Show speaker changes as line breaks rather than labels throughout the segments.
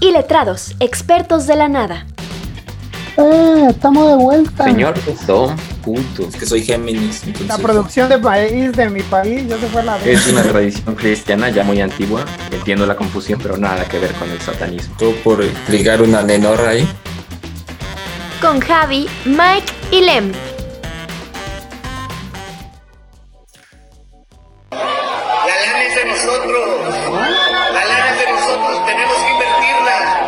y letrados, expertos de la nada.
¡Eh! Estamos de vuelta.
Señor Don Punto.
Es que soy Géminis. entonces-
La producción de país de mi país ya se fue a la
Es una tradición cristiana ya muy antigua. Entiendo la confusión, pero nada que ver con el satanismo.
Todo por ligar una nenorra ahí.
Con Javi, Mike y Lem.
La lana es de nosotros. La lana es de nosotros. Tenemos que invertirla.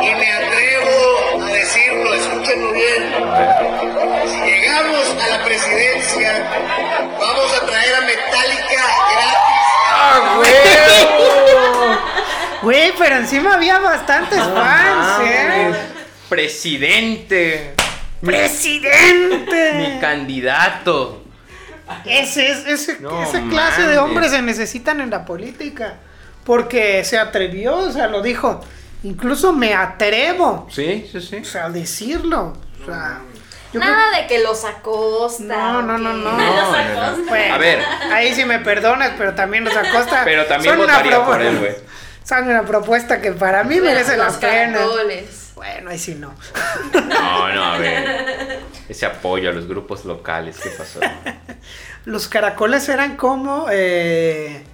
Y me atrevo a decirlo, escúchenlo bien. Si llegamos a la presidencia, vamos a traer a Metallica gratis.
Güey, pero encima había bastantes
Ah,
fans, ¿eh?
Presidente. Mi
¡Presidente!
candidato.
Ese, es- ese-
No
esa clase de
mames.
hombres se necesitan en la política. Porque se atrevió, o sea, lo dijo. Incluso me atrevo,
Sí, sí, sí.
o sea, a decirlo. O sea, yo creo-
Nada de que los acosta.
No, no,
o
no,
que-
no.
los
No, no, no.
acosta.
Bueno,
A ver.
Ahí sí me perdonas, pero también los acosta.
Pero también
son una
votaría
propu-
por él, güey.
Son una propuesta que para mí merece la
Los
pena.
caracoles.
Bueno, ahí sí no.
No, no, a ver. Ese apoyo a los grupos locales, ¿qué pasó?
Los caracoles eran como. eh,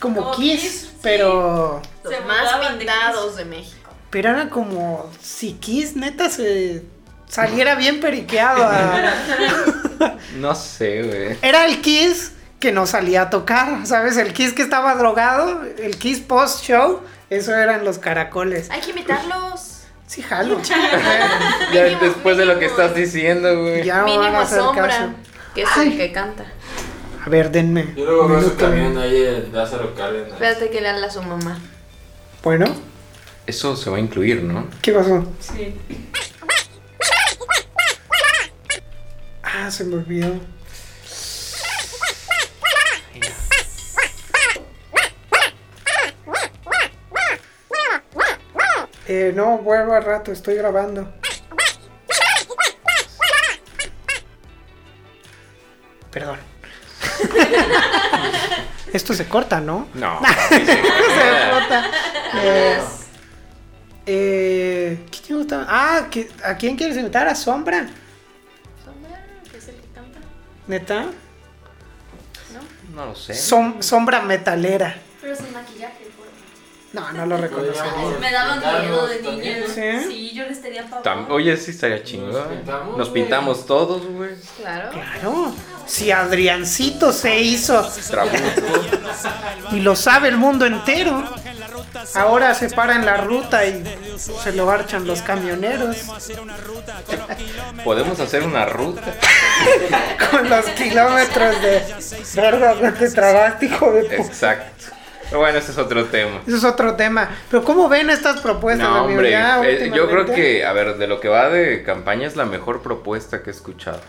Como
Como
kiss,
Kiss, sí.
pero.
Se
Los más
burlaban de
pintados de México.
Pero eran como. Si kiss, neta, se saliera bien periqueado. a-
No sé, güey.
Era el kiss que no salía a tocar, ¿sabes? El kiss que estaba drogado, el kiss post-show, eso eran los caracoles.
Hay que imitarlos.
Sí, jalo.
Ya
Mínimo,
después de lo que
mínimo.
estás diciendo, güey.
ya me van a
Mínimo
hacer
sombra.
caso.
Que es
Ay.
el que canta.
A ver, denme.
Yo luego
un
veo su
minuto.
camión ahí el Lázaro Cárdenas.
Espérate que le habla a su mamá.
Bueno,
Eso se va a incluir, ¿no?
¿qué pasó?
Sí.
Ah, se me olvidó. Eh, no, vuelvo al rato, estoy grabando. Perdón. Esto se corta, ¿no?
No.
se corta. Eh, eh, ¿qué te gusta? Ah, ¿qué- ¿a quién quieres invitar? ¿A Sombra?
Sombra, que es el que canta.
¿Neta?
No lo sé.
Som- sombra metalera.
Pero sin maquillaje, por favor.
No, no lo reconocería.
Me daban miedo de niña.
¿Sí?
Sí, yo les tenía pavor.
Tam- Oye, sí estaría chingón. Nos pintamos todos, güey.
Claro.
Claro. Si Adriancito se hizo
Trabuco.
y lo sabe el mundo entero, ahora se para en la ruta y se lo marchan los camioneros
Podemos hacer una ruta.
con los kilómetros de verga no te trabaste, hijo de pu-
Exacto. Pero bueno, ese es otro tema.
Eso es otro tema. Pero ¿cómo ven estas propuestas?
No,
amigo?
hombre,
Ya
eh, yo creo
últimamente-
que, a ver, de lo que va de campaña es la mejor propuesta que he escuchado.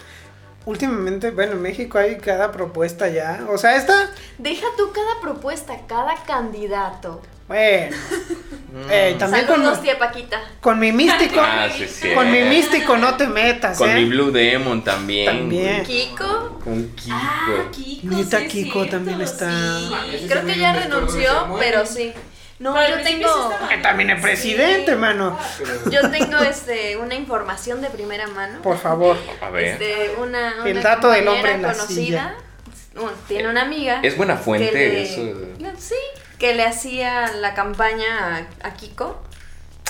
Últimamente, bueno, en México hay cada propuesta ya. O sea, esta...
Deja tú cada propuesta, cada candidato.
Bueno. eh, también con,
Saludos, tía Paquita.
con mi místico...
Ah, sí, sí.
Con mi místico no te metas,
Con
¿eh?
mi Blue Demon también.
También.
Kiko.
güey. Con Kiko.
Ah, Kiko.
Neta,
sí es
Kiko
cierto,
también está-
sí.
Creo que ya renunció, pero sí. No,
Pero al
yo
principio sí
tengo,
estaba-
Que Ah, también es presidente, hermano.
yo tengo este, una información de primera mano.
Por favor.
A ver.
Este, una,
El
una
dato del hombre
compañera
en la
conocida, un- tiene una amiga.
Es buena fuente
que le-
eso.
no, Sí, que le hacía la campaña a, a Kiko.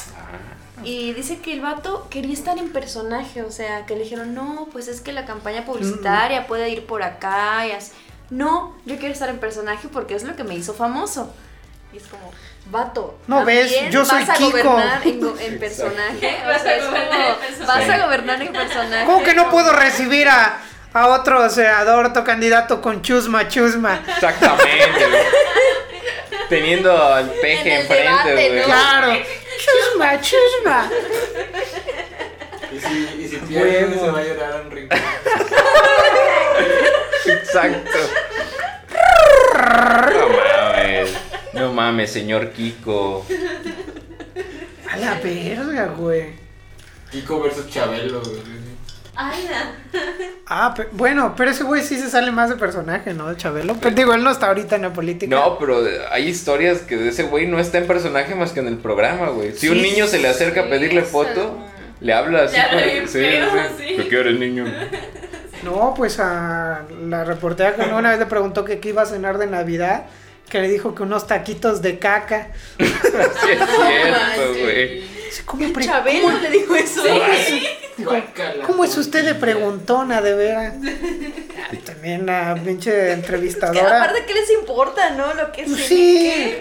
Ah.
Y dice que el vato quería estar en personaje, o sea, que le dijeron, no, pues es que la
Mm.
campaña publicitaria puede ir por acá y así. No, yo quiero estar en personaje porque es lo que me hizo famoso. Y es como, vato.
No
también
ves, yo
vas
soy
a
Kiko.
gobernar en, go- en personaje.
Exacto.
o sea, es
Vas a
como, vas
gobernar en personaje.
a gobernar en personaje.
¿Cómo que no puedo recibir a, a otro senador, otro candidato con chusma, chusma?
Exactamente, güey. Teniendo al peje
En el
enfrente,
debate,
güey.
¿no?
Claro. Chusma, chusma.
Y si, y si pierde, se va a llorar a Enrique.
Exacto. No mames. No mames, señor Kiko.
A la verga, güey.
Kiko versus Chabelo, güey.
Aida.
Ah, pe- bueno, pero ese güey sí se sale más de personaje, ¿no? De Chabelo. Pero digo, él no está ahorita en la política.
No, pero hay historias que de ese güey no está en personaje más que en el programa, güey. Si un
Sí,
niño se le acerca a
sí,
pedirle
eso.
foto, le habla así.
Le habla
como-
bien feo, sí.
¿Qué quieres, niño?
No, pues a la reportera que una vez le preguntó que qué iba a cenar de Navidad, que le dijo que unos taquitos de caca.
Sí, es cierto, güey.
¿Cómo, pre-
Chabelo le dijo eso.
Guácala.
cómo es usted de preguntona, de veras? Ah, También la pinche
Que
entrevistadora.
aparte, ¿qué les importa, no? Lo que
Pues
sea.
sí,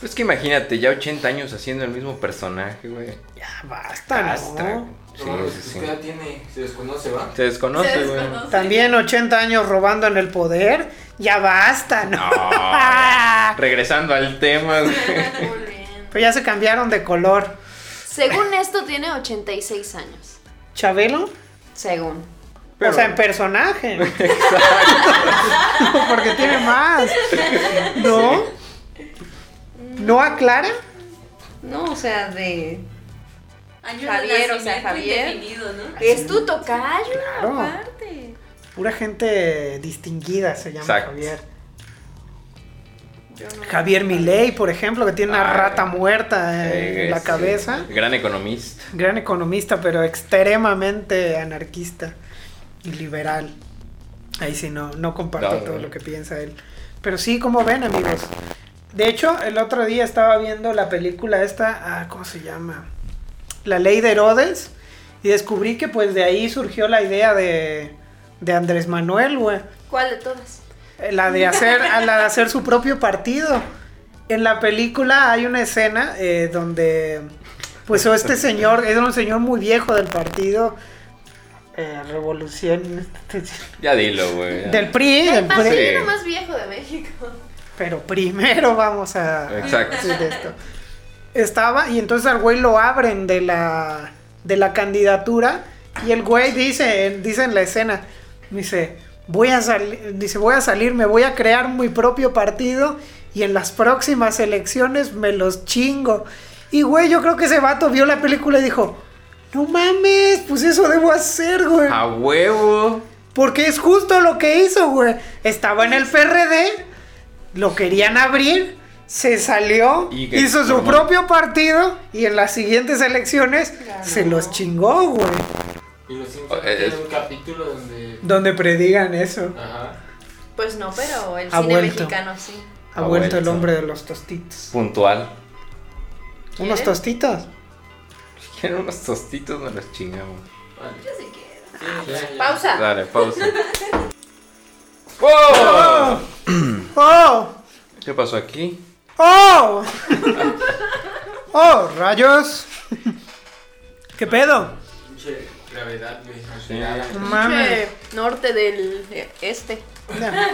Pues que imagínate, ya 80 años haciendo el mismo personaje, güey.
ya basta,
Castra.
¿no?
Sí,
No,
sí, sí.
¿Qué edad tiene? Se desconoce, ¿va?
Se desconoce,
Se
güey.
desconoce.
También 80 años robando en el poder, ya basta, ¿no?
No. Ah, Regresando al tema, güey.
Muy bien.
Pero ya se cambiaron de color.
Según esto, tiene 86 años.
¿Chabelo?
Según.
Pero-
O sea, en personaje. No, porque tiene más. ¿No? ¿No aclara?
No, o sea, de.
Año
Javier,
Javier,
o
o
sea, Javier.
Javier. Indefinido, ¿no?
Es tu tocayo,
Claro.
aparte.
Pura gente distinguida se llama
Exacto.
Javier. Javier Milei, por ejemplo, que tiene una
Ah,
rata muerta en
Eh,
la
sí.
cabeza.
Gran economista.
Gran economista, pero extremadamente anarquista y liberal. Ahí sí, no, no comparto
No, no,
todo
no.
lo que piensa él. Pero sí, como ven, amigos. De hecho, el otro día estaba viendo la película esta, ah, ¿cómo se llama? La ley de Herodes. Y descubrí que pues de ahí surgió la idea de, de Andrés Manuel, güey.
¿Cuál de todas?
Eh, La de hacer, a la de hacer su propio partido. En la película hay una escena eh, donde, pues, o este señor, era un señor muy viejo del partido eh, Revolución este
Ya dilo, güey. ya.
del PRI, del
El
PRI,
partido más viejo de México.
pero primero vamos a
Exacto.
decir esto. Estaba y entonces al güey lo abren de la de la candidatura y el güey dice, dice en la escena, dice, voy a salir, dice, voy a salir, me voy a crear mi propio partido y en las próximas elecciones me los chingo. Y güey, yo creo que ese vato vio la película y dijo, "No mames, pues eso debo hacer, güey."
A huevo.
Porque es justo lo que hizo, güey. Estaba en el PRD, lo querían abrir, se salió,
Y que-
hizo su
normal.
propio partido y en las siguientes elecciones se los chingó, güey.
Y los Simpsons
Eh,
tienen
es-
un capítulo donde.
Donde predigan eso.
Ajá.
Pues no, pero el
Ha
cine
vuelto.
mexicano sí.
Ha,
Ha
vuelto, el
vuelto.
hombre de los tostitos.
Puntual.
¿Unos tostitos?
Quieren unos tostitos, nos los chingamos.
Vale.
Yo sí quiero.
Sí, ya, ya.
Pausa.
Dale, pausa. ¡Oh!
¡Oh!
¿Qué pasó aquí?
¡Oh! ¡Oh, rayos! ¿Qué pedo?
Pinche gravedad, güey.
Sí,
No mames.
Norte del eh, este.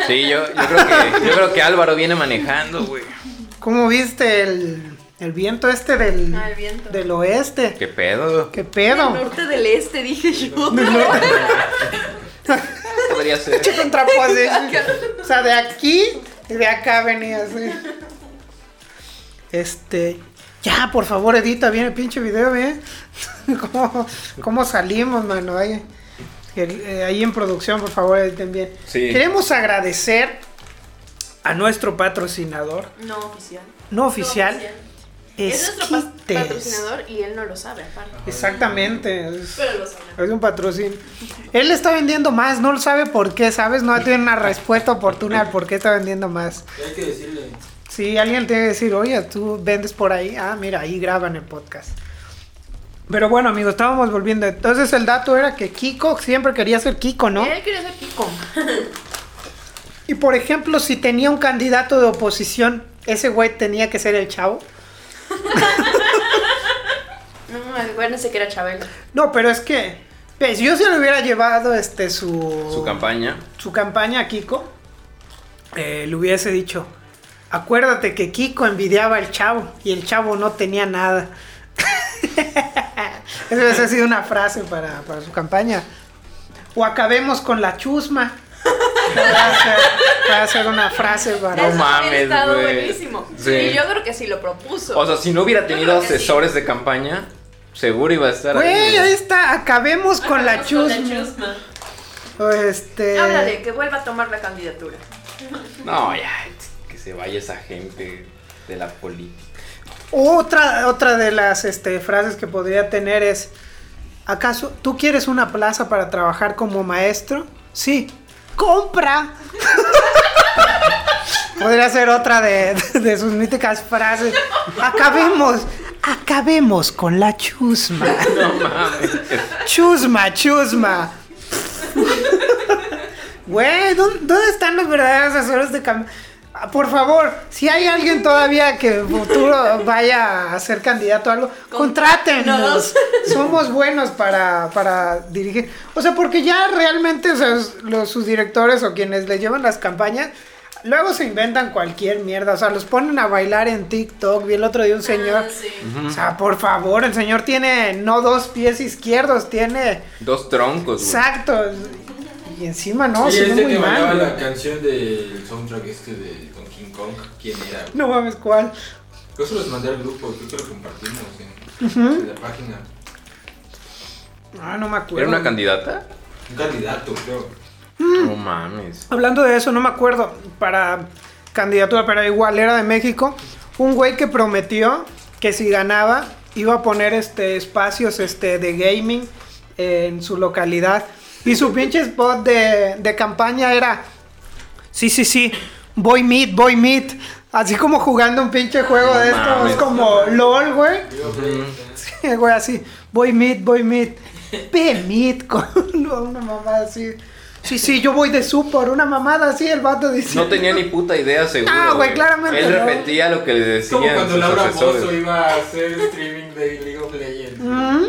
Sí, yo, yo, creo que, yo creo que Álvaro viene manejando, güey.
¿Cómo viste el, el viento este del,
Ah, el viento.
del oeste?
¿Qué pedo?
¿Qué pedo?
Norte del este, dije yo.
podría ser?
Che, con trapo así. O sea, de aquí y de acá venía así. Este. Ya, por favor, edita bien el pinche video, ¿eh? ¿Cómo, cómo salimos, mano? Ahí, el- eh, ahí en producción, por favor, editen bien.
Sí.
Queremos agradecer a nuestro patrocinador,
No oficial.
no oficial,
Es nuestro pa-
Esquites.
patrocinador y él no lo sabe, aparte.
Exactamente. es-
Pero lo sabrán.
Es un patrocinio. Él está vendiendo más, no lo sabe por qué, ¿sabes? No tiene una respuesta oportuna al por qué está vendiendo más.
Hay que decirle.
Si alguien tiene que decir, oye, tú vendes por ahí, ah, mira, ahí graban el podcast. Pero bueno, amigos, estábamos volviendo. Entonces el dato era que Kiko siempre quería ser Kiko, ¿no?
Él quería ser Kiko.
Y por ejemplo, si tenía un candidato de oposición, ese güey tenía que ser el chavo.
No, acuérdense que era Chabelo.
No, pero es que, pues, yo se le hubiera llevado este su...
Su campaña.
su campaña a Kiko, eh, le hubiese dicho, acuérdate que Kiko envidiaba al chavo y el chavo no tenía nada. Esa hubiese sido una frase para, para su campaña. O acabemos con la chusma. Va a ser, va a ser una frase para...
Eso
mames,
hubiera estado
güey.
buenísimo.
Sí.
Y yo creo que sí lo propuso.
O sea, si no hubiera tenido
creo que sí.
asesores de campaña, Seguro iba a estar
Güey, ahí
ahí.
está. Acabemos con la
Acabamos con
chusma.
chusma.
O Este.
Háblale, que vuelva a tomar la candidatura.
No, ya. Que se vaya esa gente de la política.
Otra, otra de las este, frases que podría tener es, ¿acaso tú quieres una plaza para trabajar como maestro? Sí, compra. podría ser otra de, de sus míticas frases. Acabemos, acabemos con la chusma. chusma, chusma. Güey, ¿dó- ¿dónde están los verdaderos asesores de cambio? Por favor, si hay alguien todavía que en futuro vaya a ser candidato a algo, contrátenos.
Contrátenos.
Somos buenos para, para dirigir. O sea, porque ya realmente o sea, los, sus directores o quienes le llevan las campañas, luego se inventan cualquier mierda. O sea, los ponen a bailar en TikTok. Vi el otro día un señor.
Ah, sí.
O sea, por favor, el señor tiene no dos pies izquierdos, tiene...
Dos troncos, güey.
Exacto. Y encima no,
y
se ve
este
muy
que bailaba
mal.
la canción del soundtrack este de con King Kong, ¿quién era?
No mames, ¿cuál?
Yo se los mandé al grupo, creo que lo compartimos en, en la página.
Ah, no me
¿Era
acuerdo.
una candidata?
Un candidato, creo.
Mm.
No mames.
Hablando de eso, no me acuerdo para candidatura, pero igual era de México. Un güey que prometió que si ganaba iba a poner este espacios este, de gaming en su localidad. Y su pinche spot de, de campaña era Sí, sí, sí. Voy meet, voy meet. Así como jugando un pinche juego de estos
mames.
como LOL, güey. Sí, güey, así, voy mid, voy mid. Ve mid con una mamada así. Sí, sí, yo voy de su por una mamada así, el vato dice.
No tenía ni puta idea, seguro.
Ah, güey, claramente
Él
no.
repetía lo que le
Es como
decían
cuando
sus
Laura Bozo
asesores.
iba a hacer streaming de League of Legends.
¿Mm?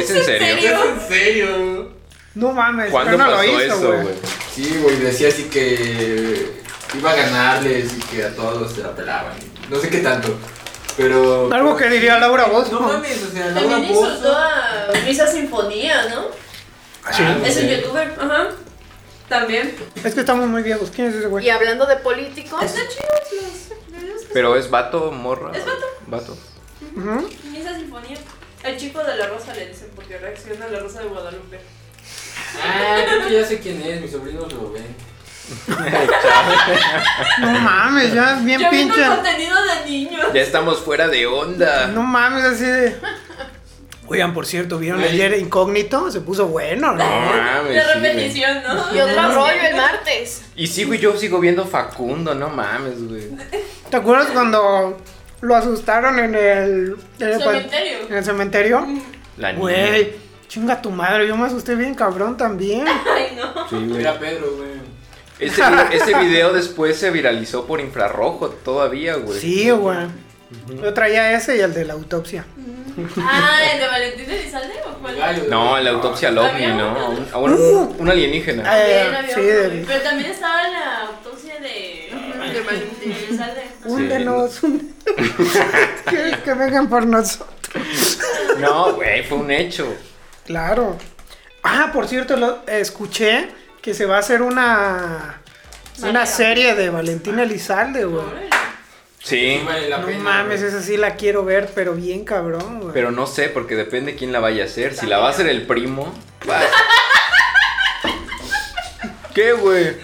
¿Es en serio?
serio?
¿Es en serio?
No mames,
¿Cuándo
pero no lo
pasó
hizo,
eso, güey?
güey.
Sí, güey, decía así que iba a ganarles y que a todos se la pelaban. No sé qué tanto, pero...
Algo que diría Laura Bozo.
No mames, o sea, Laura
También insultó
Bozo...
a Misa Sinfonía, ¿no?
Ah,
Es un youtuber, ajá. También.
Es que estamos muy viejos. ¿Quién es ese güey?
Y hablando de políticos,
Están chidos los videos.
Pero es vato, morra.
Es vato.
Vato.
Ujú.
Misa Sinfonía. El chico de la rosa le dicen porque reacciona a la rosa de Guadalupe.
Ah, creo que ya sé quién es, mis sobrinos lo ven.
No mames, ya es bien
Yo viendo
pinche.
el contenido de niños.
Ya estamos fuera de onda.
No mames, así de. Oigan, por cierto, ¿vieron
Güey.
ayer incógnito? Se puso bueno,
No
¿no?
mames,
La
sí, güey.
repetición, ¿no?
y otro rollo el martes.
Y sí, güey, yo sigo viendo Facundo, no mames, güey.
¿Te acuerdas cuando lo asustaron en el. en el pa-
Cementerio.
En el cementerio.
La niña.
Güey, chinga tu madre, yo me asusté bien cabrón también.
Ah,
Ay, no.
Sí, güey.
Era Pedro, güey.
Ese, vi- ese video después se viralizó por infrarrojo todavía,
pues,
güey.
Sí, güey. Yo traía ese y el de la autopsia.
Ah, ¿el de Valentín Elizalde o cuál?
Gallo,
No,
güey.
la autopsia al ovni, ¿no? A un, a un-
Uh.
un alienígena.
Ah.
También
Eh,
había
sí,
uno,
de-
güey. Pero también estaba la autopsia de de Valentín Elizalde.
Húndenos, húndenos. que, que vengan por nosotros.
No, güey, fue un hecho.
Claro. Ah, por cierto, lo- escuché que se va a hacer una. Una
Manera.
serie de Valentina Elizalde, güey.
Sí,
Sí, vale la
No
pena,
mames,
güey.
esa sí la quiero ver, pero bien cabrón, güey.
pero no sé, porque depende quién la vaya a hacer. Si la va a hacer el primo. va. ¿Qué, güey?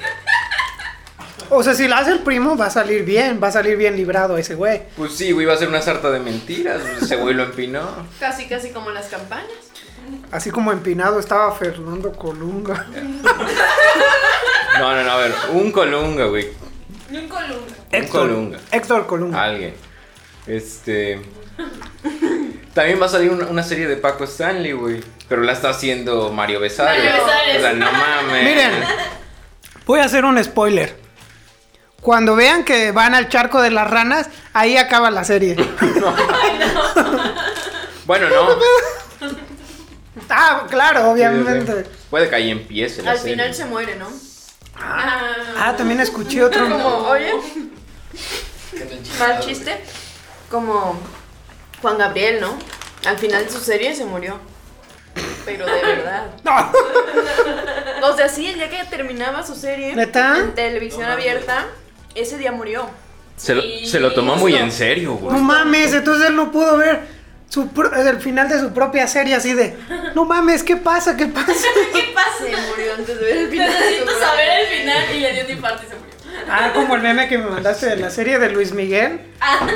O sea, si la hace el primo, va a salir bien, va a salir bien librado ese güey.
Pues sí, güey, iba a ser una sarta de mentiras. Ese güey lo empinó.
Casi, casi como las campañas.
Así como empinado estaba Fernando Colunga.
No, no, no, a ver, un colunga, güey.
Y un columna.
Un colunga. Ah.
Héctor Colunga.
Alguien. Este. También va a salir una, una serie de Paco Stanley, güey. Pero la está haciendo Mario Besares.
Mario Besares.
O sea, no mames.
Miren, voy a hacer un spoiler. Cuando vean que van al charco de las ranas, ahí acaba la serie.
Bueno, no.
ah, claro, obviamente.
Puede que ahí empiece la
Al
serie.
final se muere, ¿no?
Ah, también escuché otro.
Como, oye, mal
Qué
chiste. Como Juan Gabriel, ¿no? Al final de su serie se murió. Pero de verdad.
No.
O sea, sí, el día que terminaba su serie
¿Neta?
en televisión abierta, ese día murió.
Se lo,
Sí,
se lo tomó muy en serio,
No
güey.
mames, entonces él no pudo ver. su pro- el final de su propia serie así de, no mames, ¿qué pasa? ¿Qué pasa?
¿Qué pasa?
Se murió antes de ver el final.
Necesito saber el final y le dio un infarto y se murió.
Ah, como el meme que me mandaste de la serie de Luis Miguel,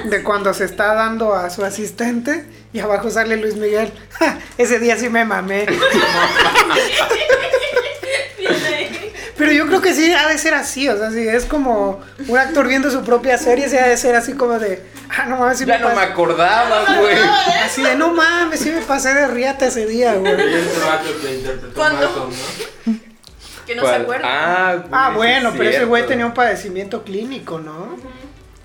de cuando se está dando a su asistente y abajo sale Luis Miguel. "Ja, ese día sí me mamé.
Tiene-
Pero yo creo que sí ha de ser así, o sea, si es como un actor viendo su propia serie, sí ha de ser así como de, ah, no mames, sí
Ya
me
no me
pasé.
acordaba, güey.
Así de, no mames, sí me pasé de riata ese día, güey.
Y el trabajo este que interpretó
¿Cuándo?
Malcolm, ¿no?
Que no se
¿Cuál?
acuerda.
Ah, güey,
Ah,
sí
bueno,
es
pero ese
cierto.
güey tenía un padecimiento clínico, ¿no?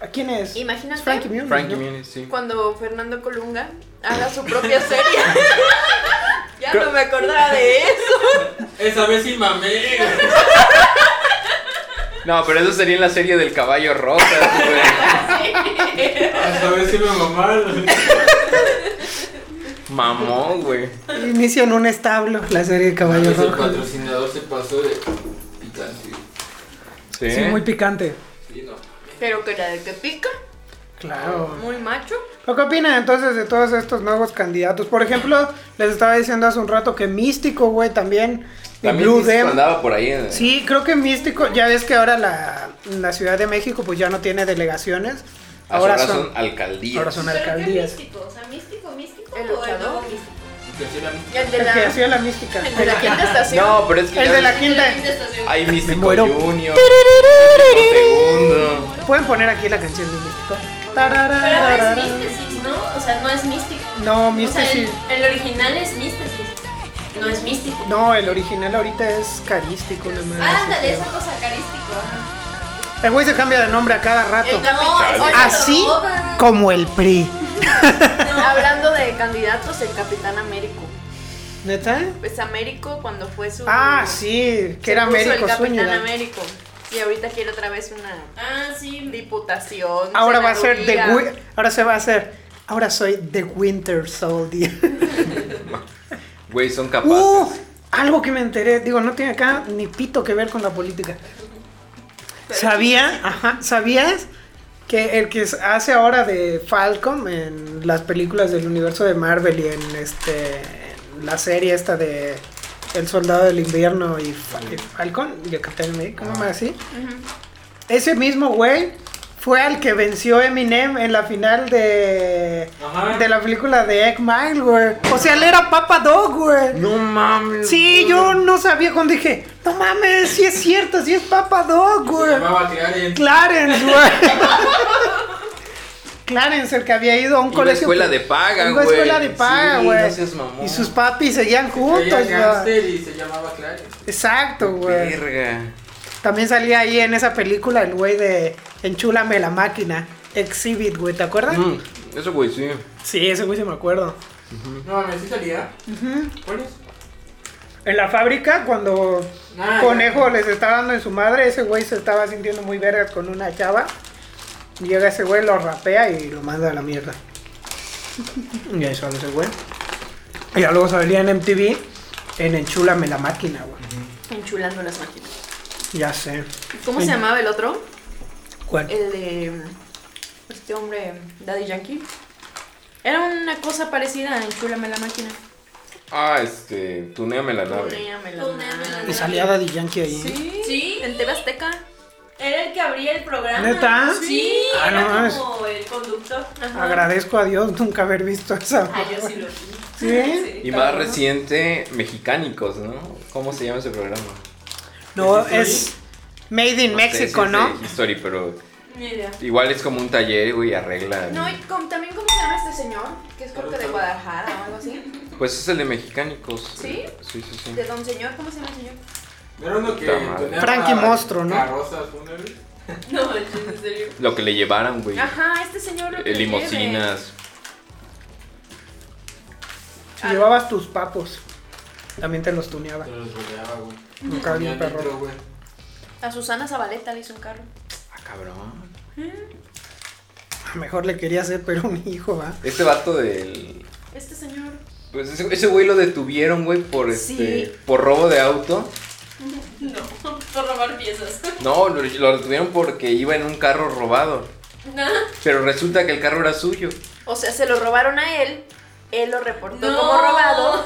¿A quién es?
Imagínate.
Es Frankie Muniz,
Frankie
¿no?
Muniz, sí.
Cuando Fernando Colunga haga su propia serie. ya
Creo-
no me acordaba de eso.
Esa vez sí mamé.
No, pero eso sería en la serie del caballo rosa, güey.
Esa vez sí me mamaron.
Mamó, güey.
Inicia en un establo, la serie de Caballo
Pues el
Rojo.
patrocinador se pasó de picante.
Sí.
Sí, muy picante.
Sí, no.
Pero que la de que pica,
Claro.
muy macho.
¿Pero ¿Qué opinan entonces de todos estos nuevos candidatos? Por ejemplo, les estaba diciendo hace un rato que Místico, güey, también. Y
También
Blue
dices que
Demon.
andaba ¿eh? por ahí. en-
Sí, creo que Místico, ya ves que ahora la, la Ciudad de México pues ya no tiene delegaciones. Ahora son,
alcaldías.
ahora son
¿Pero qué
alcaldías.
místico? O sea, místico, místico.
El
o el
luchador.
nuevo místico.
Que sí era-
El de
El que
la,
hacía la mística.
el de la quinta estación.
No, pero es que
El
ya
de la
ves-
quinta.
Quinta estación.
hay
Me
Místico
muero.
Junior. Místico Segundo.
Pueden poner aquí la canción de Místico.
Pero es
Tararararara.
místesis, ¿no? O sea, no es místico.
No,
O sea, el,
Místico.
el original es místesis. No es místico.
No, el original ahorita es carístico. no mames,
Ah, ándale,
sí,
esa cosa carístico. ajá.
sí. El güey se cambia de nombre a cada rato.
El capitán.
No,
oye,
Así
toda.
como el PRI.
Hablando de candidatos, el Capitán Américo.
¿Neta?
Pues Américo cuando fue su...
Ah, sí, que era
se puso
Américo
El Capitán
Zúñiga.
Américo. Y ahorita quiere otra vez una
Ah, sí.
diputación.
Ahora va a ser The
senaduría.
Wi- Ahora se va a hacer. Ahora soy The Winter Soldier.
Güey, son capaces.
Uh, algo que me enteré, digo, no tiene acá ni pito que ver con la política. Sabía, ajá, ¿sabías que el que s- hace ahora de Falcon en las películas del universo de Marvel y en este en la serie esta de El Soldado del Invierno y Fa- y Falcon y el Capitán América, ¿cómo más así? Ese mismo güey fue al que venció Eminem en la final de
Ajá.
de la película de Egg Mile, güey. O sea, él era Papa Dog, güey.
No mames.
Sí, yo no sabía cuando dije, no mames, si es cierto, si es Papa Dog,
Se
güey.
llamaba Clarence.
Clarence, güey. Clarence, el que había ido a un
Iba a
colegio.
escuela de
Iba
paga,
a
güey.
escuela de paga,
Sí,
güey.
no seas mamón.
y sus papis seguían juntos,
Traía
güey.
gánster y se llamaba Clarence.
Exacto, güey.
Verga.
También salía ahí en esa película el güey de Enchúlame la máquina. Exhibit, güey, ¿te acuerdas?
Mm, eso, güey, sí.
Sí, ese güey se me acuerdo.
No mames, ¿sí salía? ¿Cuál es?
En la fábrica, cuando
Ah,
Conejo les está dando en su madre, ese güey se estaba sintiendo muy vergas con una chava. Llega ese güey, lo rapea y lo manda a la mierda. Y ahí sale ese güey. Y ya luego salía en MTV en Enchúlame la máquina, güey.
Enchulando las máquinas.
Ya sé.
¿Cómo se
Sí.
llamaba el otro?
¿Cuál?
El de mm, este hombre, Daddy Yankee. Era una cosa parecida a Enchúlame la máquina.
Ah, este. Tuneame la nave.
Tuneame la
Tuneame la
máquina.
Y salía Daddy Yankee ahí.
Sí.
Sí.
En TV Azteca.
Era el que abría el programa.
¿Neta?
Sí,
Ah, no
era
mames.
como el conductor. Ajá.
Agradezco a Dios nunca haber visto esa.
Ah, yo sí lo vi.
¿Sí?
Y más reciente, Mexicánicos, ¿no? ¿Cómo se llama ese programa?
No, es Made in
No sé
Mexico,
si es
¿no?
de History, pero
Ni idea.
igual es como un taller, güey, arregla.
No, y com- también cómo se llama este señor, que es creo que de Guadalajara o algo así.
Pues es el de Mexicánicos.
¿Sí?
Sí, sí, sí.
De Don Señor, ¿cómo se llama el señor?
¿No era uno que
Puta madre.
tenía
Frankie
para
Monstruo, ¿no?
carrozas, una vez?
No, en serio.
Lo que le llevaran, güey.
Ajá, este señor. lo que
Eh, Limosinas.
Si llevabas tus papos, también te los tuneaba.
Te los rodeaba, güey.
Nunca vi un
Tenía
perro.
nitro, güey.
lleve. A Susana Zabaleta le hizo un carro.
Ah, cabrón.
A lo mejor le quería hacer, pero un hijo, ¿va?
Este vato del.
Este señor.
Pues ese, ese güey lo detuvieron, güey, por este.
Sí.
Por robo de auto.
No, por robar piezas.
No, lo, lo detuvieron porque iba en un carro robado.
Nada.
Pero resulta que el carro era suyo.
O sea, se lo robaron a él él lo reportó
No.
como robado,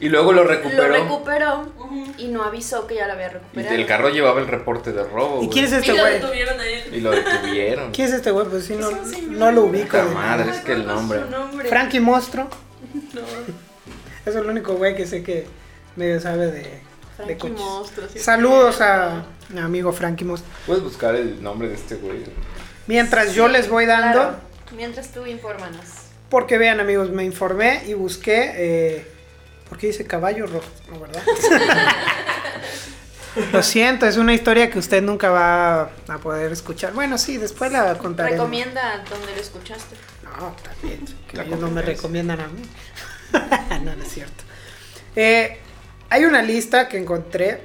Y luego lo
lo
recuperó.
recuperó
Ujú.
y no avisó que ya lo había
y
recuperado.
el carro llevaba el reporte de robo.
¿Y
Oh, güey.
quién es
Y
este
lo
güey?
detuvieron ahí.
Y lo detuvieron.
¿Quién es este güey? Pues sí, no,
Es un señor.
no lo ubico.
Puta
güey.
madre, es que el nombre.
Su nombre.
Frankie Monstruo.
No.
Es el único güey que sé que medio sabe de, de
Frankie
coches.
Monstruo, sí.
Saludos a mi amigo Frankie Monstruo.
Puedes buscar el nombre de este güey.
Mientras yo les voy dando,
Claro. Mientras tú infórmanos.
porque vean amigos, me informé y busqué... Eh, ¿Por qué dice caballo rojo? No, ¿verdad? Lo siento, es una historia que usted nunca va a poder escuchar. Bueno, sí, después la contaré.
Recomienda donde lo escuchaste.
No, también. Que
La
ellos no me
competencia.
recomiendan a mí. no, no es cierto. Eh, hay una lista que encontré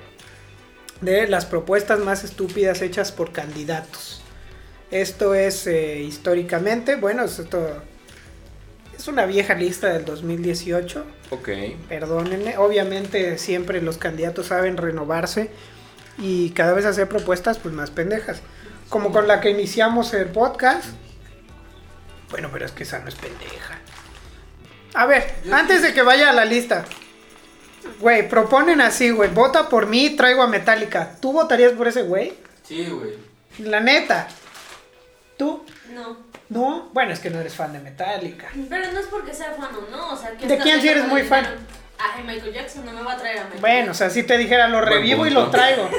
de las propuestas más estúpidas hechas por candidatos. Esto es eh, históricamente, bueno, es esto es una vieja lista del 2018.
Ok.
Perdónenme, obviamente siempre los candidatos saben renovarse y cada vez hacer propuestas pues más pendejas. Como con la que iniciamos el podcast. Bueno, pero es que esa no es pendeja. A ver, antes de que vaya a la lista. Güey, proponen así, güey. Vota por mí, traigo a Metallica. ¿Tú votarías por ese güey?
Sí, güey.
La neta. ¿Tú?
No.
No. Bueno, es que no eres fan de Metallica.
Pero no es porque sea fan o no. O sea, que
¿De
esta
quién sí
vieja
eres
le
muy fan?
dijeron, Ay, Michael Jackson no me va a traer a Michael
Bueno, o sea, si te dijera lo
Buen
revivo y
punto.
lo traigo.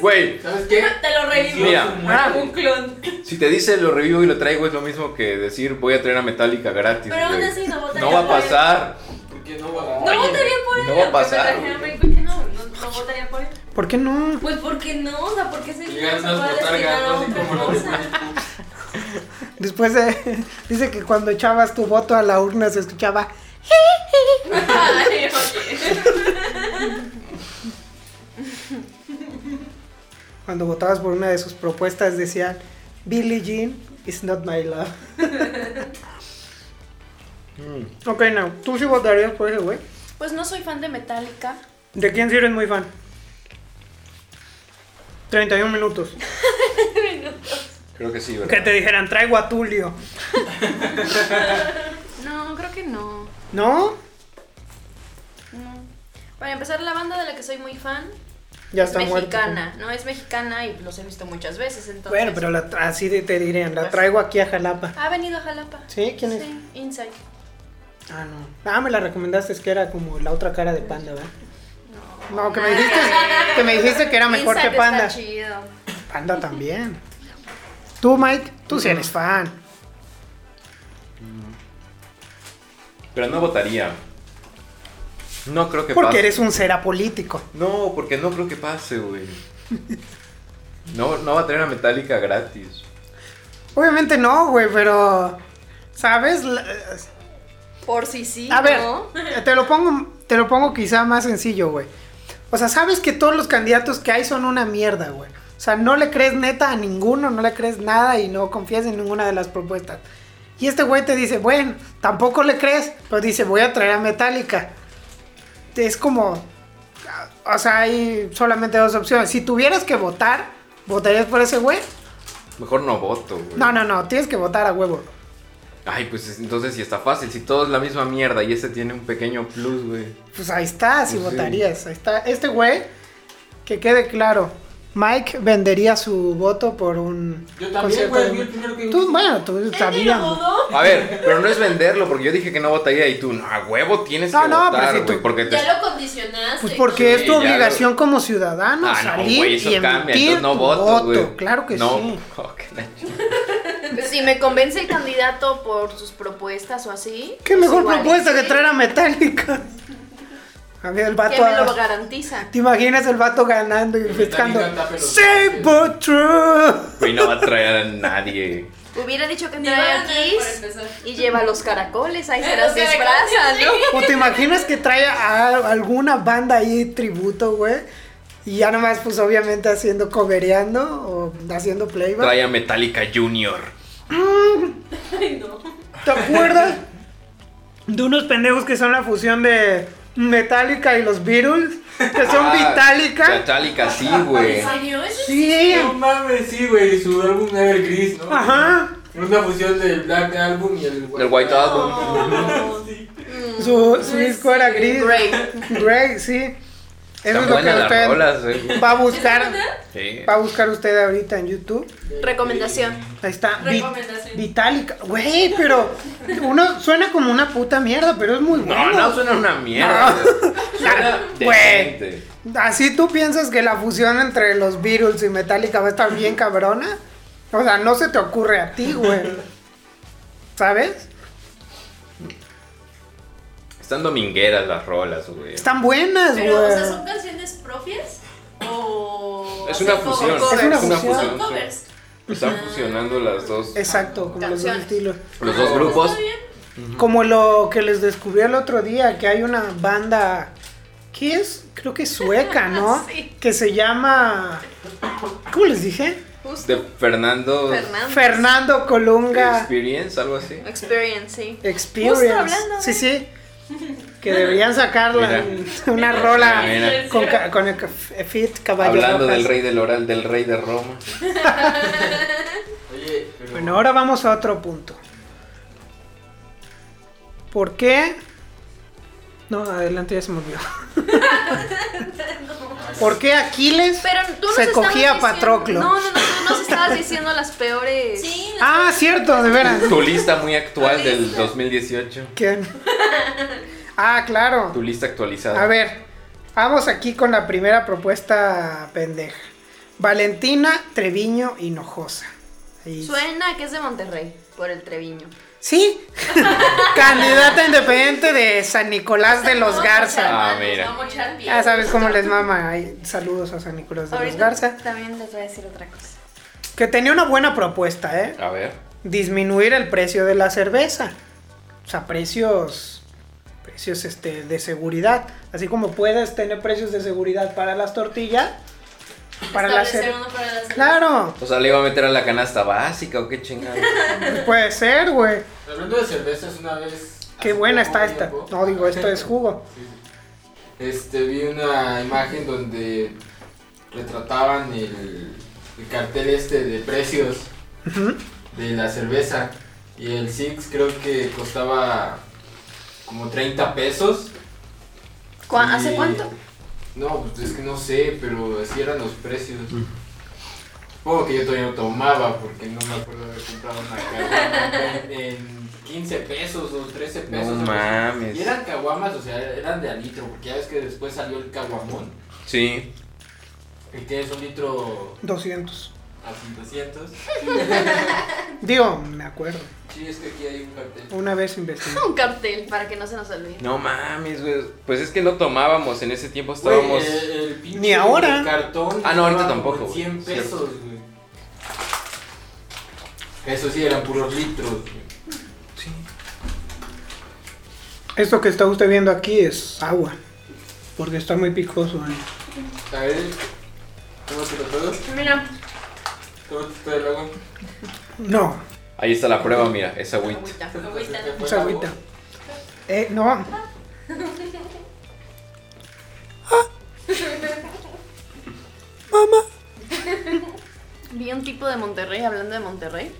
Güey,
¿Sabes qué?
Jackson. Te lo revivo.
Mira.
Ah, un clon.
si te dice lo revivo y lo traigo es lo mismo que decir voy a traer a Metallica gratis.
Pero aún
güey.
así no votaría
No va a
por él.
pasar.
Porque no va a
No votaría por él.
no va a
aunque me
pasar,
trajera a Michael Jackson, No, no, no votaría por él.
¿Por qué no?
Pues porque no, o sea, porque ese dinero
Llegar
se
a
puede
votar
destinar a
ganas así
otra
como los de
cosa.
Facebook.
Después de- dice que cuando echabas tu voto a la urna se escuchaba.
Ay, oye.
Cuando votabas por una de sus propuestas decían Billie Jean is not my love. ok, no. ¿Tú sí votarías por ese güey?
Pues no soy fan de Metallica.
¿De quién sí eres muy fan? 31 minutos.
Creo que sí,
Que
¿verdad?
te dijeran, traigo a Tulio.
No, creo que no.
¿No?
no. Para empezar, la banda de la que soy muy fan
Ya
es
está muerto.
mexicana. No es mexicana y los he visto muchas veces. Entonces,
Bueno, pero la- así de- te dirían, la traigo aquí a Jalapa.
Ha venido a Jalapa.
¿Sí? ¿Quién es?
Sí, Inside.
Ah, no. Ah, me la recomendaste, es que era como la otra cara de panda, ¿verdad? No, que me dijiste, que me dijiste que era mejor
Inside
que panda.
Está chido.
Panda también. Tú, Mike, tú sí eres fan.
Pero no votaría. No creo que
Porque
pase.
eres un ser apolítico.
No, porque no creo que pase, güey. No, no va a traer a Metallica gratis.
Obviamente no, güey, pero. ¿Sabes? La-
Por si sí.
A ver,
¿no?
te lo pongo, te lo pongo quizá más sencillo, güey. O sea, sabes que todos los candidatos que hay son una mierda, güey. O sea, no le crees neta a ninguno, no le crees nada y no confías en ninguna de las propuestas. Y este güey te dice, bueno, tampoco le crees, pero dice, voy a traer a Metallica. Es como, o sea, hay solamente dos opciones. Si tuvieras que votar, ¿votarías por ese güey?
Mejor no voto, güey.
No, no, no, tienes que votar a huevo.
Ay, pues es- entonces sí está fácil. Si todo es la misma mierda y ese tiene un pequeño plus, güey.
Pues ahí está, si
Pues sí.
votarías. Ahí está. Este güey, que quede claro, Mike vendería su voto por un.
Yo también,
concierto
güey,
de-
yo el primero que
Tú, bueno, tú
Él ni lo
sabías. güey.
dudó.
A ver, pero no es venderlo, porque yo dije que no votaría y tú, no, a huevo tienes
No,
que
no,
votar,
pero si tú-
güey, porque te...
Ya lo condicionaste.
Pues porque
Sí,
es tu
ya lo-
obligación como ciudadano
Ah, no,
salir
güey,
y
eso cambia,
emitir
entonces no
tu
voto, güey.
Claro que
no.
sí.
Oh, qué la-
Si me convence el candidato por sus propuestas o así.
Qué
pues
mejor
igual,
propuesta que
sí.
traer a Metallica. A mí el
¿Quién
vato.
me lo
a-
garantiza?
¿Te imaginas el vato ganando y pescando?
está pelotón.
Save but true.
Güey, no va a traer a nadie.
Hubiera dicho que
Ni van
trae
a
a
tener para
Kiss
empezar.
y lleva los caracoles, ahí se
Los
las disfraza,
caracoles,
¿no?
sí.
¿O te imaginas que trae a alguna banda ahí tributo, güey? Y ya nomás, pues obviamente haciendo covereando o haciendo playback.
Trae a Metallica Junior.
Ay, no.
¿Te acuerdas de unos pendejos que son la fusión de Metallica y los Beatles? Que son
Ah,
Vitalica.
Metallica, sí, güey.
¿En serio? ¿Eso
Sí.
No mames, sí, güey, su álbum Evergris, ¿no?
Ajá.
Una fusión del Black Album y el
Del White Album.
no.
Sí.
Su, su disco era gris.
Grey.
Grey, sí. Eso
Están
es lo que
buenas las
usted
rolas, güey.
va a buscar.
Sí.
Va a buscar usted ahorita en YouTube.
Recomendación.
Ahí está. Vi-
Recomendación.
Vitalik. Güey, pero uno suena como una puta mierda, pero es muy
No,
bueno.
no suena una mierda. Suena
Güey.
decente.
Así tú piensas que la fusión entre los Beatles y Metallica va a estar bien cabrona. O sea, no se te ocurre a ti, güey. ¿Sabes?
Están domingueras las rolas, güey.
Están buenas, güey.
Pero, o sea, ¿son canciones propias? O.
Es una
hacen co-
fusión.
covers?
Es una
Son
fusión.
covers.
Están fusionando las dos.
Exacto, como los dos
Canciones.
estilos.
Los dos grupos.
¿Está bien?
Como lo que les descubrí el otro día, que hay una banda que es, creo que es sueca, ¿no?
Sí.
Que se llama, ¿cómo les dije?
De Fernando
Fernández.
Fernando Colunga
Experience, algo así.
Experience, sí.
Experience.
Justo hablando de-
Sí, sí. Que deberían sacarla en una rola
Mira, mira.
con, ca- con el ca- fit caballo.
Hablando
Rojas.
del rey del oral, del rey de Roma.
Oye, pero.
Bueno, ahora vamos a otro punto. ¿Por qué? No, adelante ya se me olvidó. ¿Por qué Aquiles
Pero tú nos
se
estabas
cogía a
diciendo-
Patroclo?
No, no, no, tú nos estabas diciendo las peores.
Sí, no.
Ah, cierto, de veras.
Tu lista muy actual del 2018.
¿Quién? Ah, claro.
Tu lista actualizada.
A ver, vamos aquí con la primera propuesta pendeja. Valentina Treviño Hinojosa. Ahí.
Suena que es de Monterrey, por el Treviño.
Sí, candidata independiente de San Nicolás de los
Vamos a
Garza.
Ah,
echar manos,
mira.
vamos a echar pie.
Ya sabes cómo les mama. Ay, saludos a San Nicolás de los Garza.
también les voy a decir otra cosa.
Que tenía una buena propuesta, ¿eh?
A ver.
Disminuir el precio de la cerveza. O sea, precios. Precios este, de seguridad. Así como puedes tener precios de seguridad para las tortillas. Para la
Establecer
cerveza.
uno para la
Claro,
O sea, le iba a meter a la canasta básica o qué chingada.
pues puede ser, güey.
Hablando de cervezas, una vez.
Qué
hace
buena
poco
está esta.
tiempo,
No, digo, esto es jugo.
Este, vi una imagen donde retrataban el, el cartel este de precios de la cerveza. Y el Six creo que costaba como 30 pesos. Y-
¿Hace cuánto?
No, pues es que no sé, pero así eran los precios. Supongo que yo todavía no tomaba porque no me acuerdo de haber comprado una caguama en- en 15 pesos o 13
No
pesos. algo así.
mames.
Y eran caguamas, o sea, eran de al litro, porque ya ves que después salió el caguamón,
Sí.
que tienes un litro
200.
a 200.
Digo, me acuerdo.
Sí, es que aquí hay un cartel.
Una vez investigué.
Un cartel para que no se nos olvide.
No mames, güey. Pues es que no tomábamos en ese tiempo,
Güey,
estábamos.
el, el pinche
Ni ahora.
cartón.
Ah, no, ahorita
estaba
tampoco,
como en 100
güey.
pesos, güey. Eso sí, eran puros litros, güey.
Esto que está usted viendo aquí es agua. Porque está muy picoso. ¿eh?
A ver, ¿cómo te lo puedo?
Mira,
¿Cómo te trae el agua?
No,
Ahí está la prueba, mira, esa agüita.
agüita, agüita.
es agüita. Eh, no.
Vi un tipo de Monterrey, hablando de Monterrey,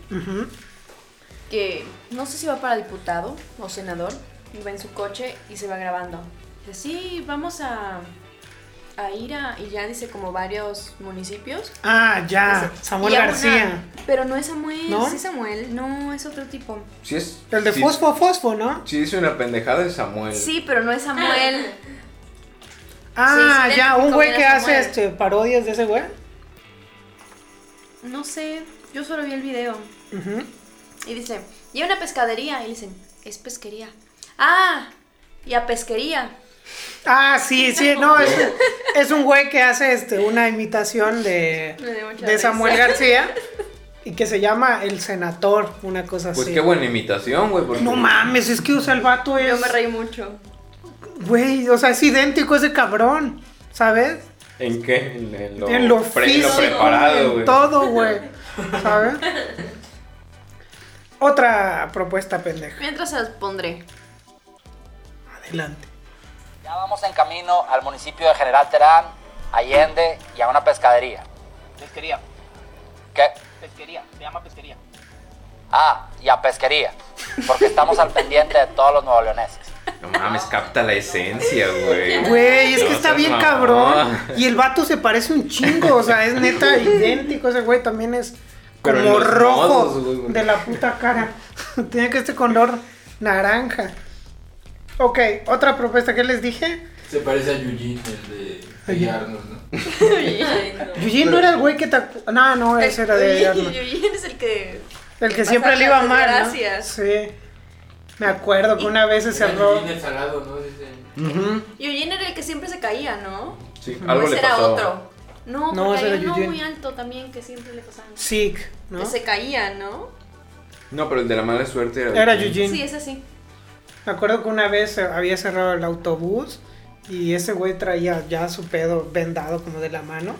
que no sé si va para diputado o senador, iba en su coche y se va grabando. Dice, sí, vamos a, a ir a, y ya dice como varios municipios.
Ah, ya.
Dice,
Samuel
"Y a una".
García.
pero no es Samuel,
¿No?
sí Samuel, no, es otro tipo.
Sí es.
El de
sí-
fosfo, fosfo, ¿no?
Sí, dice una pendejada de Samuel.
Sí, pero no es Samuel.
Ah,
sí,
ya.
del-
Un güey
como
que
era
hace
Samuel.
este, parodias de ese güey.
No sé, yo solo vi el video.
Ujú.
Y dice, y a una pescadería. Y dicen, es pesquería. Ah, y a pesquería.
Ah, sí, sí, no, es, es un güey que hace este, una imitación de,
Me dio mucha
de
risa.
Samuel García y que se llama El Senator, una cosa
Pues
así.
qué buena imitación, güey. porque-
No mames, es que usa el vato es...
Yo me reí mucho.
Güey, o sea, es idéntico ese cabrón, ¿sabes?
¿En qué? En, en lo,
en lo
pre- en lo
físico,
preparado,
en
güey.
todo, güey, ¿sabes? Otra propuesta pendeja.
Mientras se las pondré.
Adelante.
Ya vamos en camino al municipio de General Terán, Allende y a una pescadería. Pesquería. ¿Qué? Pesquería, se llama pesquería. Ah, y a pesquería, porque estamos al pendiente de todos los nuevo leoneses.
No mames, capta la esencia, güey.
Güey, es
No
que está
seas
bien
mamón.
cabrón. Y el vato se parece un chingo. O sea, es neta idéntico. Ese güey también es
Pero en
como
los
rojo
modos, güey, güey.
de la puta cara. Tiene que este color naranja. Ok, otra propuesta que les dije.
Se parece a Eugene, el de-
Ay,
de Arnold, ¿no?
Ay, no.
Eugene Pues no era el güey que te. acu- No, no, ese Ah, era de Arnold.
Yuyin es el que.
El que
Pasar
siempre le iba
las
mal. ¿no?
desgracias.
Sí. Me acuerdo que una vez se
Era
cerró.
Eugene el salado, ¿no? Ese-
Ujú.
Eugene era el que siempre se caía, ¿no?
Sí, algo
Pues
le
era
pasaba.
otro. No,
No,
porque
ese era
había uno
Eugene.
muy alto también que siempre le pasaban.
Sick, ¿no?
Que se caía, ¿no?
No, pero el de la mala suerte era.
Era Eugene.
Sí, es así.
Me acuerdo que una vez eh, había cerrado el autobús y ese güey traía ya su pedo vendado como de la mano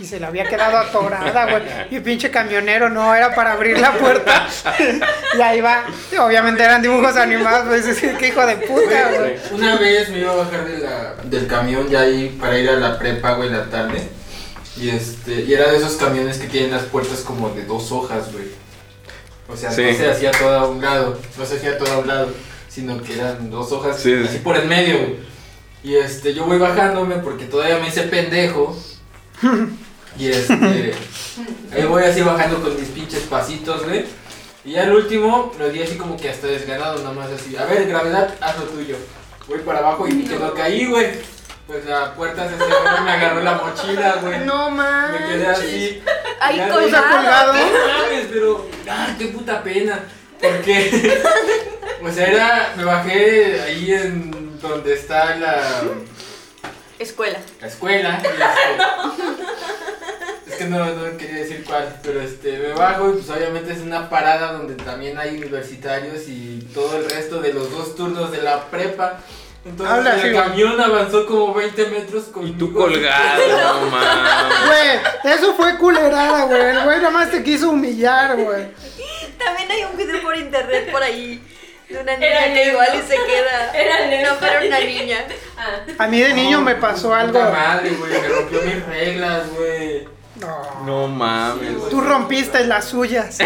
y se le había quedado atorada, güey. Y el pinche camionero no era para abrir la puerta. y ahí va. Y Obviamente eran dibujos animados, pues es que hijo de puta, güey.
Una vez me iba a bajar de la- del camión ya ahí para ir a la prepa, güey, en la tarde. Y este, y era de esos camiones que tienen las puertas como de dos hojas, güey. O sea,
Sí.
no se hacía todo a un lado, no se hacía todo a un lado, sino que eran dos hojas
Sí, sí.
así por en medio, güey. Y este, yo voy bajándome porque todavía me hice pendejo. Y este, ahí voy así bajando con mis pinches pasitos, güey. Y ya el último lo di así como que hasta desganado, nada más así. A ver, gravedad, haz lo tuyo. Voy para abajo y me quedo caí, güey. Pues la puerta se cerró y me agarró la mochila, güey.
No
Me quedé
manches.
así.
Ahí
Ya,
colgado.
o sea, No mames, pero. ¡Ah, qué puta pena! Porque. o sea, era. Me bajé ahí en donde está la,
Escuela.
la escuela. y este- es que no, no quería decir cuál, pero este, me bajo y pues obviamente es una parada donde también hay universitarios y todo el resto de los dos turnos de la prepa. Entonces
Habla así,
el
güey.
camión avanzó como 20 metros con
Y tú colgado, no mames.
Güey, eso fue culerada, güey. El güey nada más te quiso humillar, güey.
También hay un video por internet por ahí de una niña
Era
que
lento.
igual y se queda.
Era lento.
No, pero una niña.
Ah,
A mí de niño me pasó algo.
Puta madre, güey, me rompió mis reglas, güey.
No.
No mames.
Tú rompiste las suyas.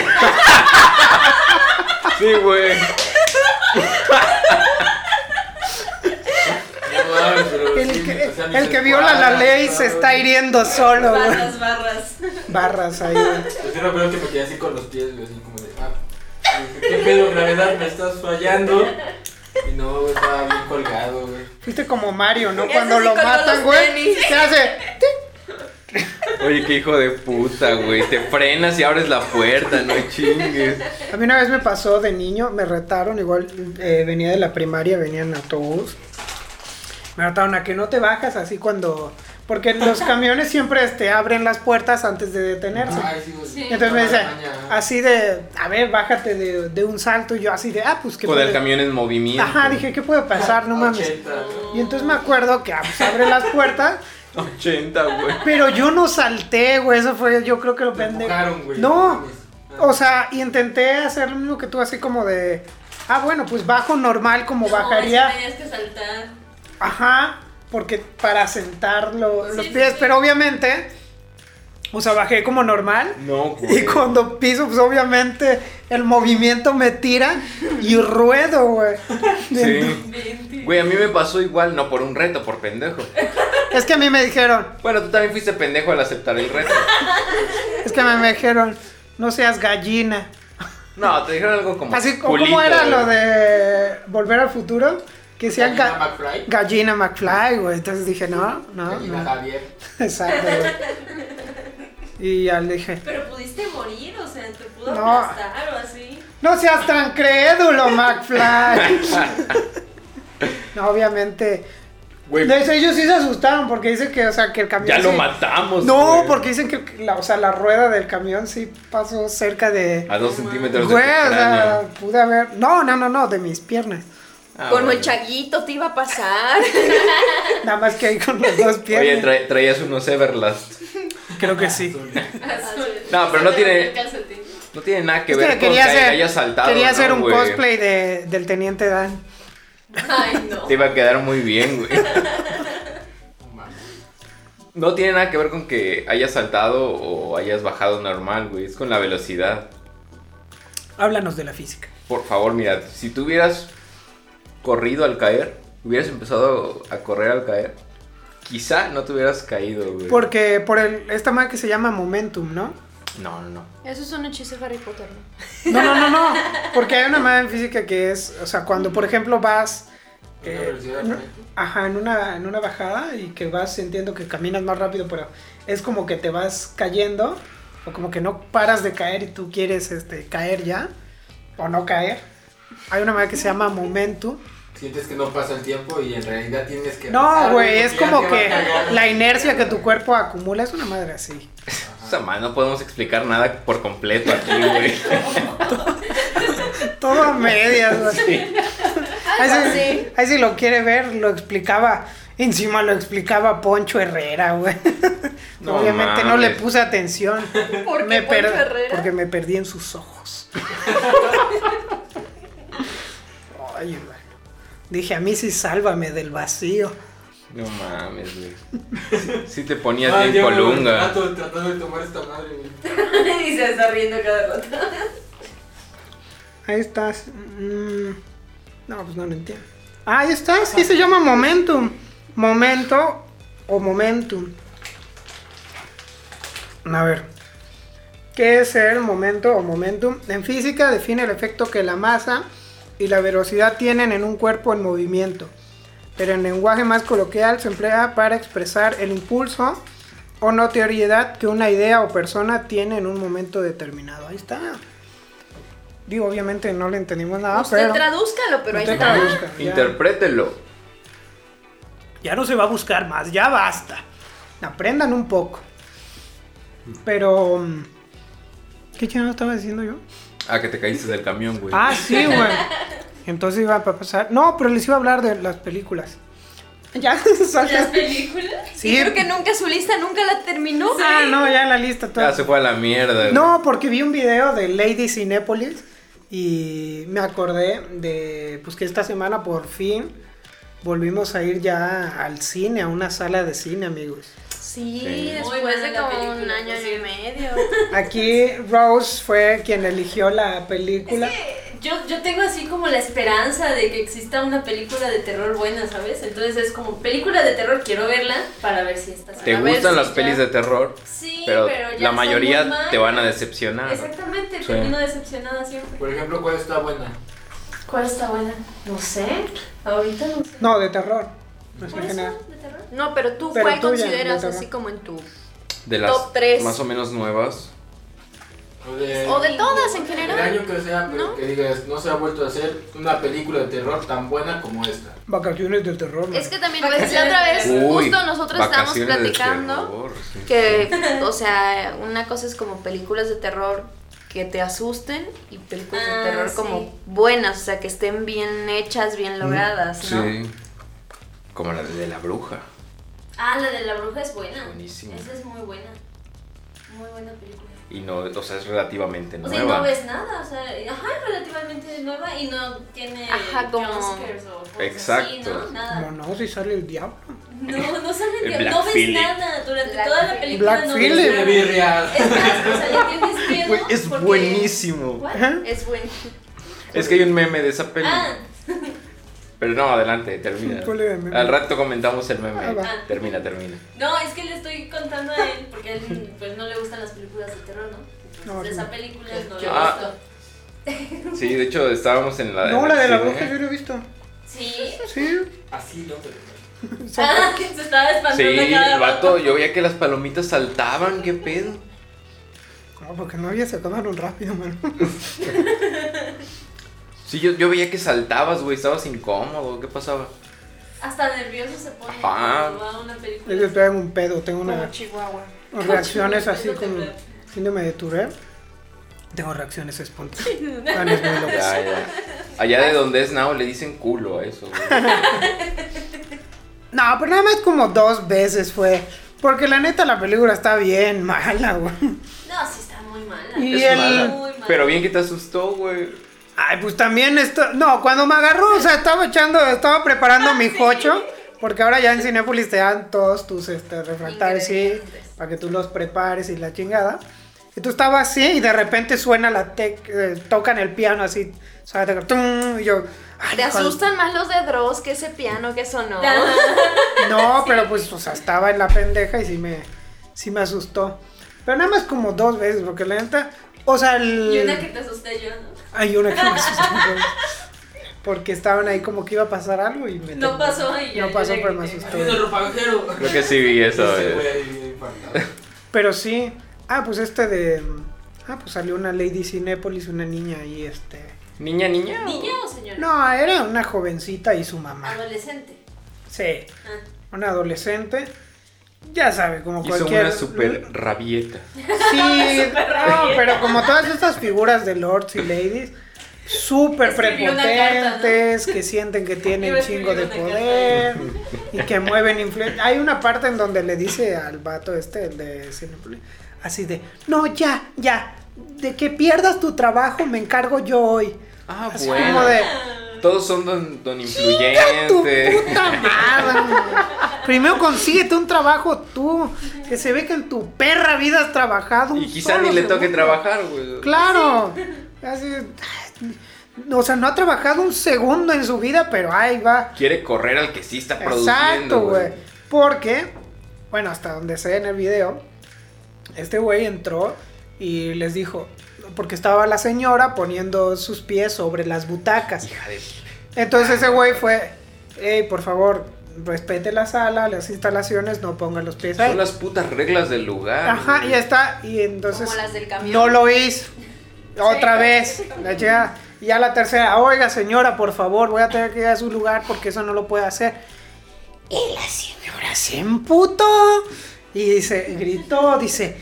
Sí, güey.
No mames, pero sí,
El
o sea,
que,
mis
el que viola la
escuadras,
ley se
todo,
está
güey.
hiriendo solo, güey.
barras, barras.
Barras ahí, güey.
Pues yo recuerdo que me quedé así con los pies, güey, así como de, ah. Y dije, ¿Qué pedo, gravedad? Me estás fallando. Y no, güey, estaba bien colgado, güey.
Fuiste como Mario, ¿no?
Eso
Cuando
sí,
lo
con todos
matan,
los
güey.
tenis.
¿Qué hace?
Oye, qué hijo de puta, güey. Te frenas y abres la puerta, no chingues.
A mí una vez me pasó de niño, me retaron, igual eh, venía de la primaria, venía en autobús. Me retaron a que no te bajas así cuando... Porque los camiones siempre este, abren las puertas antes de detenerse.
Ay, sí, güey.
Entonces me dice, "Ah,
Maña.
así de, a ver, bájate de, de un salto. Y yo así de, ah, pues que...
O del camión en movimiento.
Ajá, dije, ¿qué puede pasar? No mames.
80, güey.
Y entonces me acuerdo que ah, pues, abre las puertas
80, güey.
Pero yo no salté, güey. Eso fue, yo creo que lo
Te
pendejo.
empujaron, güey.
No.
mames.
O sea, y intenté hacer lo mismo que tú, así como de. Ah, bueno, pues bajo normal, como bajaría.
No, sí tenías que saltar.
Ajá. Porque para sentar lo-
Sí,
los
sí,
pies.
sí.
Pero obviamente. O sea, bajé como normal.
No, güey.
Y cuando piso, pues obviamente el movimiento me tira y ruedo, güey.
Sí.
Vente.
Güey, a mí me pasó igual, no por un reto, por pendejo.
Es que a mí me dijeron,
Bueno, tú también fuiste pendejo al aceptar el reto.
es que me dijeron, no seas gallina.
No, te dijeron algo como.
Así como
culito,
¿cómo era
eh.
güey.
lo de Volver al Futuro, que sean ga-
Gallina McFly.
gallina McFly, güey. Entonces dije, no, no,
Gallina
no.
Javier.
Exacto, güey. Y ya le dije,
Pero pudiste morir, o sea, te pudo
No.
aplastar o así.
no seas tan crédulo, McFly. no, obviamente.
Güey,
De hecho, ellos sí se asustaron porque dicen que, o sea, que el camión.
ya lo
sí-
matamos.
No,
güey.
porque dicen que, la, o sea, la rueda del camión sí pasó cerca de.
A dos centímetros
Güey, o
de tu cráneo.
sea, pude haber. No, no, no, no, de mis piernas.
Ah,
Con
bueno.
el chaguito te iba a pasar.
Nada más que ahí con las dos piernas.
Oye, tra- traías unos Everlast.
Creo que sí.
Ah,
No, pero no
Se te
tiene-
rompió el calcetín.
No tiene nada que
Es
ver
que quería
con que
hacer,
hayas saltado.
quería
¿no,
hacer un
güey?
cosplay de, del Teniente Dan.
Ay, no.
Te iba a quedar muy bien, güey.
No mames.
No tiene nada que ver con que hayas saltado o hayas bajado normal, güey. Es con la velocidad.
Háblanos de la física.
Por favor, mira, si tú hubieras corrido al caer, hubieras empezado a correr al caer, quizá no te hubieras caído, güey.
Porque por el, esta madre que se llama Momentum, ¿no?
No, no, no.
Eso es un hechizo de Harry Potter, ¿no?
No, no, no, no. Porque hay una madre en física que es, o sea, cuando por ejemplo vas...
Una
eh,
velocidad
no-
diferente.
ajá, en una, en una bajada y que vas sintiendo que caminas más rápido, pero es como que te vas cayendo o como que no paras de caer y tú quieres este, caer ya o no caer. Hay una madre que se llama Momentum.
Sientes que no pasa el tiempo y en realidad tienes que.
No,
pasar,
güey, es
porque ya
como
te va
que
cargando.
la inercia que tu cuerpo acumula es una madre así.
O sea, man, no podemos explicar nada por completo aquí, güey.
Todo a medias, güey. Ahí
Algo
sí-
así.
ahí sí lo quiere ver, lo explicaba. Encima lo explicaba Poncho Herrera, güey.
No
Obviamente no le
mames.
puse atención.
¿Por qué Poncho Herrera?
Porque me perdí en sus ojos. Ay, güey. Dije, a mí sí sálvame del vacío.
No mames, güey. Si te ponías
Ah,
bien
yo me
colunga.
trato- tratando de tomar esta madre, güey.
y se está riendo cada rato.
Ahí estás. Mm, no, pues no lo entiendo. Ah, ahí está, sí se llama Momentum. Momento o Momentum. A ver. ¿Qué es el momento o momentum? En física define el efecto que la masa y la velocidad tienen en un cuerpo en movimiento. Pero en lenguaje más coloquial se emplea para expresar el impulso o notoriedad que una idea o persona tiene en un momento determinado. Ahí está. Digo, obviamente no le entendimos nada,
Usted
pero...
tradúzcalo, Ah, pero ahí
Usted
está.
traduzca, ya.
Interprételo.
Ya no se va a buscar más, ya basta. Aprendan un poco. Pero... mm, ¿Qué chingado estaba diciendo yo?
Ah, que te caíste del camión, güey.
Ah, sí, güey. Entonces iba a pasar... No, pero les iba a hablar de las películas. Ya,
¿Las
salta.
películas?
Sí.
Sí.
Creo que nunca su lista nunca la terminó.
Ah, no, ya la lista toda.
Ya se fue a la mierda, güey.
No, porque vi un video de Lady Cinépolis y me acordé de pues que esta semana por fin volvimos a ir ya al cine, a una sala de cine, amigos.
Sí,
Sí.
Muy
después
buena
de
la
como un
película,
año,
sí.
año y medio.
Aquí Rose fue quien eligió la película.
Yo, yo tengo así como la esperanza de que exista una película de terror buena, ¿sabes? Entonces es como, película de terror, quiero verla para ver si está
Te
a ver
gustan
si
las
ya-
pelis de terror,
Sí,
pero,
pero ya
la
son muy
mayoría
malas.
te van a decepcionar.
Exactamente,
Sí.
termino decepcionada siempre.
Por ejemplo, ¿cuál está buena?
¿Cuál está buena? No sé, ahorita no sé.
No, de terror. No sé
¿Por
qué nada.
eso? ¿De terror?
No, pero tú,
Pero
¿cuál
tú ya,
consideras
ya te va.
así como en tu.
De las
Top tres.
más o menos nuevas.
O de,
O de todas en
El
general?
año que sea, pero
¿No?
que digas, no se ha vuelto a hacer una película de terror tan buena como esta.
Vacaciones del terror.
Es
man.
que también, pues, la otra vez,
Uy,
justo nosotros estábamos
Vacaciones de
platicando
terror, sí.
que, o sea, una cosa es como películas de terror que te asusten y películas
Ah,
de terror
sí.
como buenas, o sea, que estén bien hechas, bien logradas, ¿no?
Mm, Sí. Como la de la bruja.
Ah, la de la bruja es buena.
Buenísima.
Esa es muy buena. Muy buena película.
Y no, o sea, es relativamente
O sea, y
nueva.
no ves nada, o sea, y- ajá, es relativamente nueva y no tiene
Ajá, como-
jumpscares o cosas así,
Exacto.
¿no? Nada.
Como no, si sale el diablo.
No, no sale
El
de-
Black
no ves
Phillip.
nada durante
Black
toda la
Phillip.
película.
Black
no
Phillip.
De
ves nada.
birria.
Es más, o sea, le tienes miedo.
Güey, es
porque-
buenísimo.
¿What?
Ajá.
Es bueno.
Es que hay un meme de esa peli.
Ah,
Pero no, adelante, termina.
¿Cuál era el meme?
Al rato comentamos el meme.
Ah,
va.
termina, termina.
no, es que le estoy contando a él porque a él pues, no le gustan las películas de terror, ¿no?
No,
Entonces,
sí.
esa película no le
Ah.
gustó.
Sí, de hecho estábamos en la.
No,
en
la
el
de la
cine.
bruja yo lo he visto.
Sí.
Sí.
Así no, pero.
Ah, se estaba
Sí,
espantando cada
el
rato.
vato, yo veía que las palomitas saltaban, qué pedo.
No, porque no había se acabaron rápido, man.
Sí, yo, yo veía que saltabas, güey, estabas incómodo, ¿qué pasaba?
Hasta nervioso se pone
Ajá.
cuando va a una
Es que
película.
traigo un pedo, tengo una.
Como Chihuahua.
O reacciones así
Eso te
como
veo.
síndrome de Tourette. Tengo reacciones espontáneas. Van, es muy loco.
Ya, ya. Allá de donde es Now le dicen culo a eso, güey.
No, pero nada más como dos veces fue. Porque la neta la película está bien mala, güey.
No, sí está muy mala.
Y
Es
el-
mala.
Muy mala.
Pero bien que te asustó, güey.
Ay, pues también esto. No, cuando me agarró, o sea, estaba echando, estaba preparando mi jocho. Porque ahora ya en Cinépolis te dan todos tus este, refractarios, sí,
Ingredientes.
para que tú los prepares y la chingada. Y tú estabas así y de repente suena la tec, eh, tocan el piano así, o sea, de- tum, y yo, ay,
Te
hijo de-
asustan más los de Dross que ese piano que sonó.
No, pero pues, o sea, estaba en la pendeja y sí me, sí me asustó. Pero nada más como dos veces, porque la neta, o sea, el-
Y una que te asusté yo, ¿no?
hay una que me asustó. güey, Porque estaban ahí como que iba a pasar algo y me...
No pasó y ya-
No pasó,
ya
pero me
grité.
asustó.
Haciendo ropajero.
Creo que sí vi eso.
Ese
eh.
güey impactado.
Pero sí. Ah, pues este de. Ah, pues salió una Lady Cinépolis, una niña ahí, este.
Niña, niña.
¿Niña o señora?
No, era una jovencita y su mamá.
Adolescente.
Sí,
Ah.
una adolescente. Ya sabe, como
Hizo
cualquier.
una super rabieta.
Sí, no,
rabieta.
pero como todas estas figuras de lords y ladies, súper
Escribió una carta,
prepotentes, que sienten que tienen
Iba a
chingo de
escribir una
poder y que mueven influencia. Hay una parte en donde le dice al vato este, el de Cinepolis, así de, no, ya, ya, de que pierdas tu trabajo me encargo yo hoy.
Ah,
Así
bueno.
como de,
Todos son don, don
tu
influyente.
puta madre. Primero consíguete un trabajo tú, que se ve que en tu perra vida has trabajado. un
Y quizá
solo
ni le toque
segundo.
trabajar, güey.
Claro. Así, o sea, no ha trabajado un segundo en su vida, pero ahí va.
Quiere correr al que sí está
Exacto,
produciendo,
güey.
güey.
Porque, bueno, hasta donde sé en el video, este güey entró y les dijo, porque estaba la señora poniendo sus pies sobre las butacas.
Hija de...
Entonces ese güey fue, hey, por favor, respete la sala, las instalaciones, no ponga los pies ahí.
Son las putas reglas del lugar.
Ajá,
güey.
y está, y entonces...
Como las del camión.
No lo hizo. Otra vez. La chica- Y ya la tercera. Oiga, señora, por favor, voy a tener que ir a su lugar porque eso no lo puede hacer. Y la señora se emputó. Y dice, gritó, dice,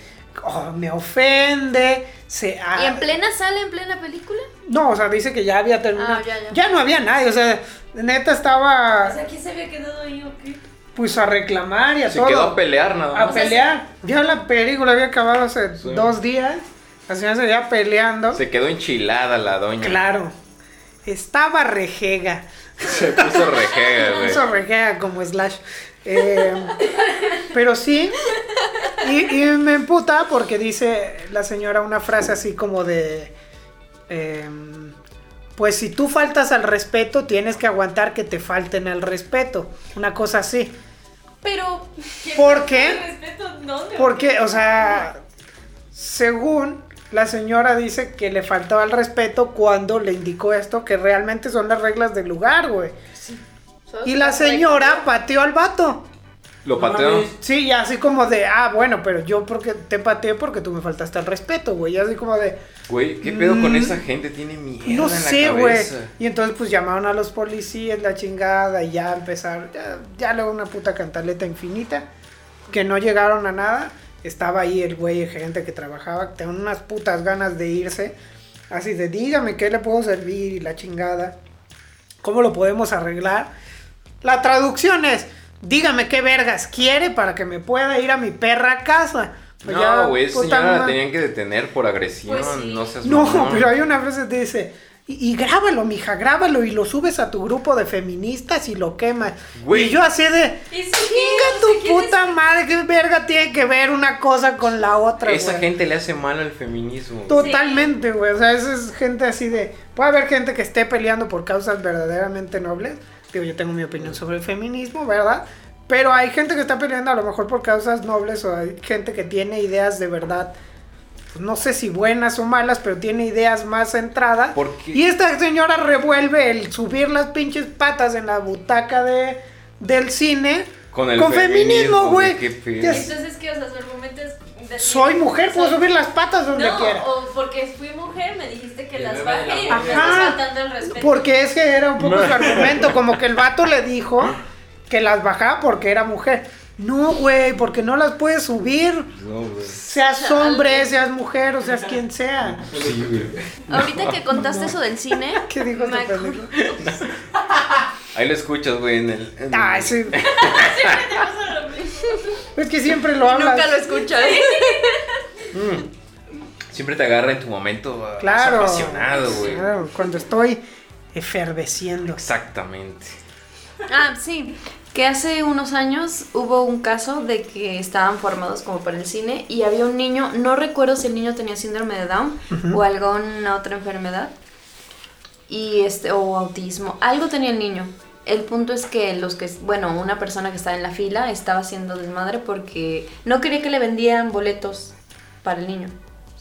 "Oh, me ofende. Se, ah,
¿Y en plena sala, en plena película?
No, o sea, dice que ya había terminado.
Ah, ya, ya.
no había nadie. O sea, neta estaba
O sea, ¿quién se había quedado ahí o qué?
pues a reclamar y a
Se
todo. Ah,
quedó a pelear nada
a
más.
pelear. Ya la película había acabado hace
Sí.
dos días. La señora se veía peleando.
Se quedó enchilada la doña.
Claro. Estaba rejega.
Se puso rejega, güey.
Eso rejega como slash. Eh, pero sí. Y, y me emputa porque dice la señora una frase así como de. em, pues si tú faltas al respeto, tienes que aguantar que te falten al respeto. Una cosa así.
Pero
¿Quién-
¿Por qué?
Respeto, ¿dónde?
Porque, o sea, según la señora dice que le faltaba el respeto cuando le indicó esto, que realmente son las reglas del lugar, güey. Y la señora pateó al vato.
Lo pateó.
Sí, y así como de, ah, bueno, pero yo porque te pateé porque tú me faltaste al respeto, güey. Y así como de,
Güey, ¿qué pedo
Mm.
con esa gente? Tiene mierda
no
en la
sé, güey.
cabeza.
Y entonces pues llamaron a los policías, la chingada, y ya empezaron, ya, ya luego una puta cantaleta infinita, que no llegaron a nada. Estaba ahí el güey, el gerente que trabajaba, que tenía unas putas ganas de irse. Así de, dígame qué le puedo servir y la chingada. ¿Cómo lo podemos arreglar? La traducción es, dígame qué vergas quiere para que me pueda ir a mi perra casa. Pues ya,
No, güey, esa
puta
señora la
madre.
tenían que detener por agresión.
Pues sí.
No seas
No,
mamón.
pero hay una frase que dice, y, y grábalo, mija, grábalo y lo subes a tu grupo de feministas y lo quemas.
Güey.
Y yo así de,
¿Y si
chinga tu puta madre, qué verga tiene que ver una cosa con la otra,
Esa
güey?"
gente le hace mal al feminismo. güey.
Totalmente, güey. O sea, esa es gente así de. Puede haber gente que esté peleando por causas verdaderamente nobles. Digo, yo tengo mi opinión sobre el feminismo, ¿verdad? Pero hay gente que está peleando a lo mejor por causas nobles o hay gente que tiene ideas de verdad. pues, No sé si buenas o malas, pero tiene ideas más centradas.
¿Por qué?
Y esta señora revuelve el subir las pinches patas en la butaca de, del cine
Con el
feminismo,
feminismo,
güey.
güey, qué pedo.
Ya s-
Entonces, ¿qué? O sea, su argumento es... decir-
Soy mujer, puedo
Soy-
subir las patas donde
no,
quiera.
o porque fui mujer me dijiste que
Que
las
me vale
bajé y
la
me
verga.
estás faltando el respeto.
Porque es que era un poco su argumento, como que el vato le dijo que las bajaba porque era mujer. No, güey, porque no las puedes subir.
No, güey.
Seas
Chale.
hombre, seas mujer, o seas quien sea.
Sí, güey.
ahorita que contaste eso del cine,
¿Qué dijo
me
este
acuerdo-
pendejo?
Ahí lo escuchas, güey, en el.
Ay,
en el-
Ah, sí.
Eso es lo mismo.
Es que siempre lo hablas.
nunca lo escuchas.
Siempre te agarra en tu momento ah,
Claro.
apasionado, güey.
Claro, cuando estoy eferveciendo.
Exactamente.
Ah, sí. que hace unos años hubo un caso de que estaban formados como para el cine y había un niño, no recuerdo si el niño tenía síndrome de Down
Ujú.
o alguna otra enfermedad y este o autismo, algo tenía el niño. El punto es que los que, bueno, una persona que estaba en la fila estaba haciendo desmadre porque no quería que le vendieran boletos para el niño.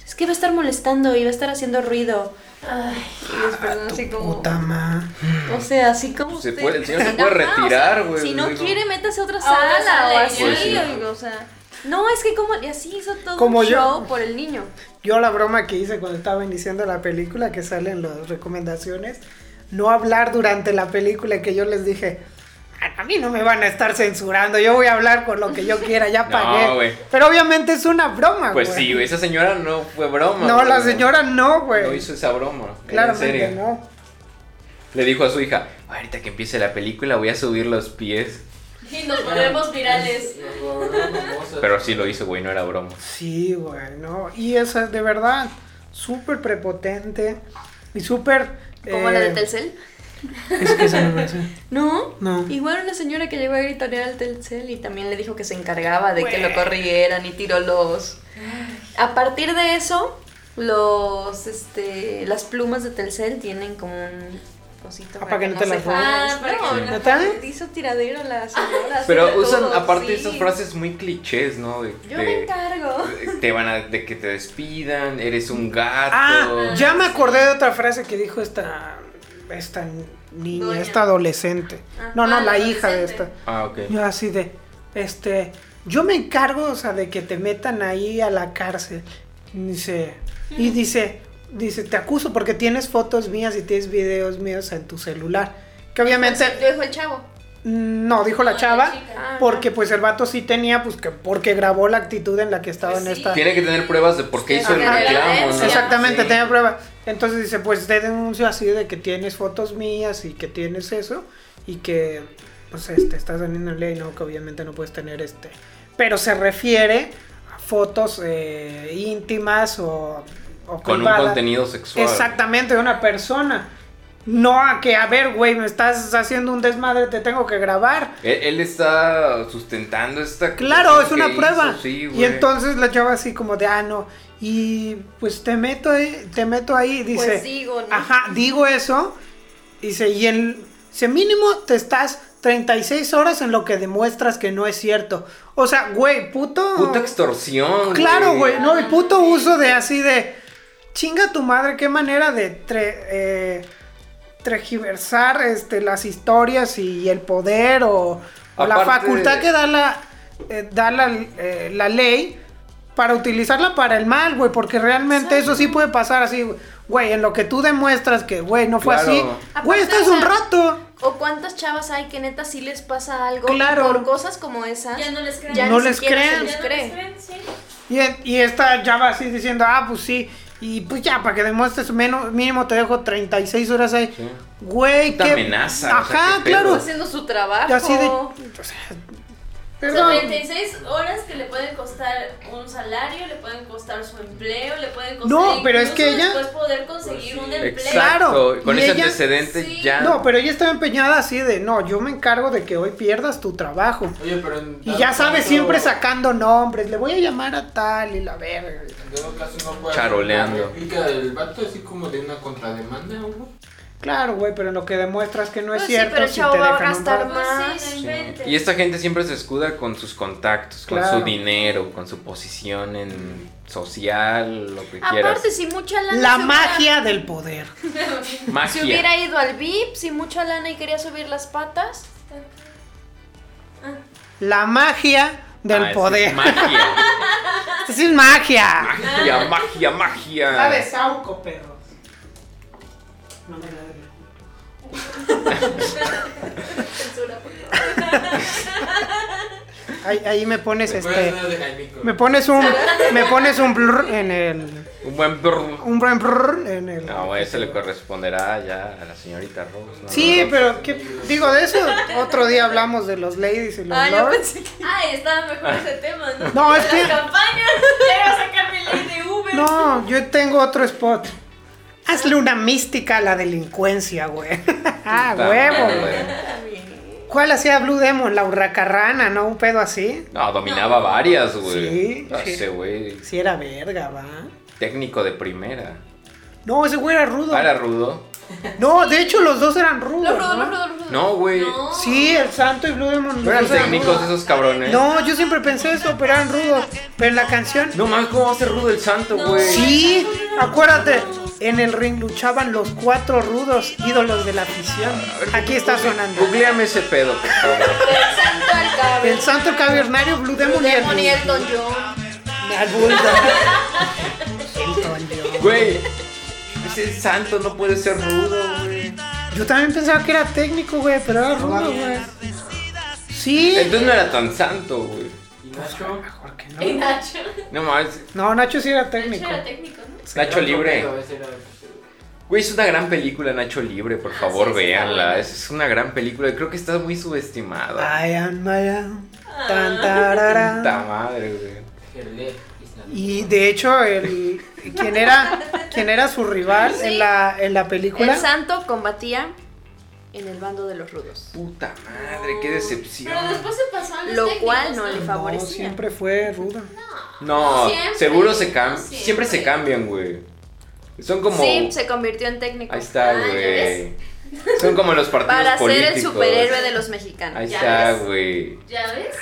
Es que iba a estar molestando, iba a estar haciendo ruido. Ay, y las personas así como
Ah, Puta ma.
o sea, así como
Pues Se
usted-
puede- el señor se
Ajá,
puede
o sea,
retirar, güey,
Si no
digo.
quiere, métase a otra
A otra
sala o
sala,
así,
ya.
Pues sí.
digo, o sea. No, es que como y así hizo todo
Como
un
yo.
show por el niño.
Yo la broma que hice cuando estaba iniciando la película, que salen las recomendaciones, no hablar durante la película, que yo les dije, a a mí no me van a estar censurando, yo voy a hablar con lo que yo quiera, ya
No,
pagué.
güey.
Pero obviamente es una broma,
Pues sí, güey, esa señora no fue broma.
Ah, No,
güey,
la señora no,
No
güey.
hizo esa broma. Claro. En
Pues, Claramente
serio.
no.
Le dijo a su hija, ahorita que empiece la película voy a subir los pies.
Y nos volvemos virales.
Nos volvemos famosas.
Pero sí lo hizo, güey, no era broma.
Sí, güey, no. Y eso es de verdad súper prepotente y súper...
Como la de
eh,
Telcel.
Es que esa no me hace.
No.
No.
Igual una señora que llegó a gritonear al Telcel y también le dijo que se encargaba de que lo corrieran y tiró los. A partir de eso, los este las plumas de Telcel tienen como un cosito
Ah, para que no te
se
las
jodan.
roben. Ah, para que
no,
no
te-
no, hizo tiradero la señora.
Pero
sobre
usan
todo,
aparte
sí.
esas frases muy clichés, ¿no? De,
Yo
de-
me encargo.
te van a de que te despidan, eres un gato.
Ah, ya me acordé de otra frase que dijo esta esta niña,
Doña.
esta adolescente.
Ah.
No, no,
Ah,
la
la
hija de esta.
adolescente.
Ah, ok.
Yo así de este, yo me encargo, o sea, de que te metan ahí a la cárcel. Y Dice, y dice, dice, te acuso porque tienes fotos mías y tienes videos míos en tu celular. Que obviamente
Lo dijo Pues, el chavo.
no dijo la
No, Ah, la
chava
chica.
porque pues el vato sí tenía pues que porque grabó la actitud en la que estaba
Pues
en
sí.
esta
Tiene que tener pruebas de por qué hizo el
Ajá.
reclamo, ¿no?
Exactamente,
Sí.
tenía prueba. Entonces dice, pues te denuncio así de que tienes fotos mías y que tienes eso y que pues este estás saliendo en ley, no que obviamente no puedes tener este, pero se refiere a fotos eh, íntimas o, o
Con un
privadas.
contenido sexual.
Exactamente, de una persona. No a que, a ver, güey, me estás haciendo un desmadre, te tengo que grabar.
Él, él está sustentando esta.
Claro, es
que
una
hizo,
prueba.
sí, güey.
y entonces la chava así como de, ah, no. Y pues te meto ahí, te meto ahí, dice.
Pues digo, ¿no?
Ajá, digo eso. Dice, y el dice, mínimo te estás 36 horas en lo que demuestras que no es cierto. O sea, güey, puto.
Puta extorsión.
Claro, güey, no, el puto uso de así de. Chinga tu madre, qué manera de tre- eh, tregiversar este, las historias y el poder o, o la
Aparte-
facultad que da la, eh, da la, eh, la ley para utilizarla para el mal, güey, porque realmente eso sí puede pasar así, güey. güey, en lo que tú demuestras que, güey, no fue
Claro.
así. Güey,
Aparte,
estás
o
un
sea,
rato.
O cuántas chavas hay que neta sí les pasa algo
Claro.
y por cosas como esas.
Ya no les creen.
ya
No
ni
les
siquiera
creen.
se les
Ya no
cree.
les creen, sí.
Y, y esta ya va así diciendo, ah, pues sí. Y pues ya, para que demuestres menos, mínimo te dejo 36 horas ahí.
Sí.
Güey,
Puta
qué
amenaza, o sea,
Ajá,
qué
claro.
pedo.
haciendo su trabajo.
Y así de. o sea, perdón.
Son 36 horas que le pueden costar un salario, le pueden costar su empleo, le pueden costar.
No, pero es
incluso
que ella-
Después poder conseguir un empleo.
Pues Exacto.
Claro,
Con
y
ese
ella-
antecedente
Sí.
ya.
No, pero ella estaba empeñada así de, no, yo me encargo de que hoy pierdas tu trabajo.
Oye, pero en
Y
dado
ya sabes,
caso-
siempre sacando nombres. Le voy a llamar a tal y la verga.
En todo caso no puede
Charoleando.
hacer una réplica del vato así como de una contrademanda o algo.
Claro, güey, pero en lo que demuestras que no es
Pues sí,
cierto.
pero el
si
chavo
te
va a
dejan un
gastar
bar-
Pues sí, no
Sí.
inventes.
Y esta gente siempre se escuda con sus contactos, con
Claro.
su dinero, con su posición en social, lo que quieras.
Aparte, si mucha lana.
La
se hubiera-
magia del poder.
Magia.
Si hubiera ido al VIP, si mucha lana y quería subir las patas.
La magia del
Ah, es que
poder.
es Magia.
Es sin magia.
Magia, magia, magia.
Está de Sauco, perro. No me la debe.
Censura, por favor.
Ahí, ahí me pones
Te
este.
acuerdas de Jaimico.
Me pones un. Me pones un blur en el.
Un buen brr.
Un buen blur en el.
No, güey, eso le corresponderá ya a la señorita Rose. ¿no?
Sí,
Rose.
pero ¿qué- digo de eso. Otro día hablamos de los ladies y los
Ah, yo
lords.
pensé que.
Ay, estaba mejor ese tema, ¿no?
No, es
Las
que-
campañas. Ya iba a sacar mi ley de Uber.
No, yo tengo otro spot. Hazle una mística a la delincuencia, güey. ah,
Puta
huevo.
madre,
güey.
güey.
¿Cuál hacía Blue Demon? La hurracarrana, ¿no? Un pedo así.
No, dominaba varias, güey.
Sí,
No,
sí.
Ese güey,
Sí era verga, va.
técnico de primera.
No, ese güey era rudo.
¿Para rudo?
No, de hecho los dos eran rudos.
Los rudos,
¿no?
los rudos, los rudos.
No, güey.
No.
Sí, el Santo y Blue Demon. los
No eran
dos eran
técnicos esos ¿eh? cabrones.
rudos. No, yo siempre pensé eso, pero eran rudos. Pero en la canción.
No mames, ¿cómo va a ser rudo el santo, güey?
Sí, acuérdate. En el ring luchaban los cuatro rudos, ídolos de la afición. Aquí está sonando.
Googleame ese pedo, por favor.
El santo al
El
cabello.
Santo el Cavernario, Blue Demon y el
Demon y Elton John.
Al Bulldog. Elton John.
Güey, ese santo no puede ser rudo, güey.
Yo también pensaba que era técnico, güey, pero era rudo, güey. Sí.
Entonces no era tan santo, güey.
¿Y Nacho?
Mejor que
Y
no.
Nacho.
No mames,
No, Nacho sí era
Nacho
técnico.
era técnico, ¿no?
Nacho Libre.
Pero ese era-
Güey, es una gran película, Nacho Libre, por favor,
Ah, sí, sí, está
véanla.
buena.
Es, es una gran película y creo que está muy subestimada.
I am, I am. Tan, tarara.
Puta madre, güey.
Gerle, Isla.
Y de hecho, el, ¿quién, era, ¿quién era su rival en, la, en la película?
El santo combatía en el bando de los rudos.
Puta madre, qué decepción.
Pero después se pasó a los
Lo
técnicos,
cual no le
No,
favorecía.
siempre fue rudo.
No,
No, siempre,
seguro se cambian.
no
Siempre.
siempre.
se cambian, güey. Son como.
Sí, se convirtió en técnico.
Ahí está,
Ah, ¿ya
güey. Son como los partidos
Para
políticos.
ser el superhéroe de los
Ahí
mexicanos.
Ya
está,
ves.
güey.
¿Ya ves?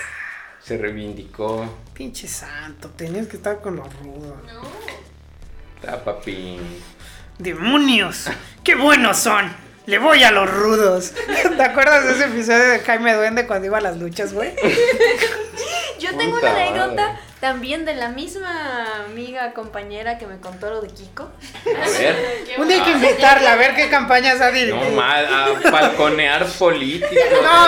Se reivindicó.
Pinche santo, tenías que estar con los rudos.
No.
Está Ah, papi.
¡Demonios! ¡Qué buenos son! ¡Le voy a los rudos! ¿Te acuerdas de ese episodio de Jaime Duende cuando iba a las luchas, güey?
Yo tengo
Puta
una anécdota
madre.
también de la misma amiga, compañera que me contó lo de Kiko.
A ver.
Qué
Un día hay que invitarla a ver qué campañas ha
No
dirigido. No,
mal, a balconear políticos.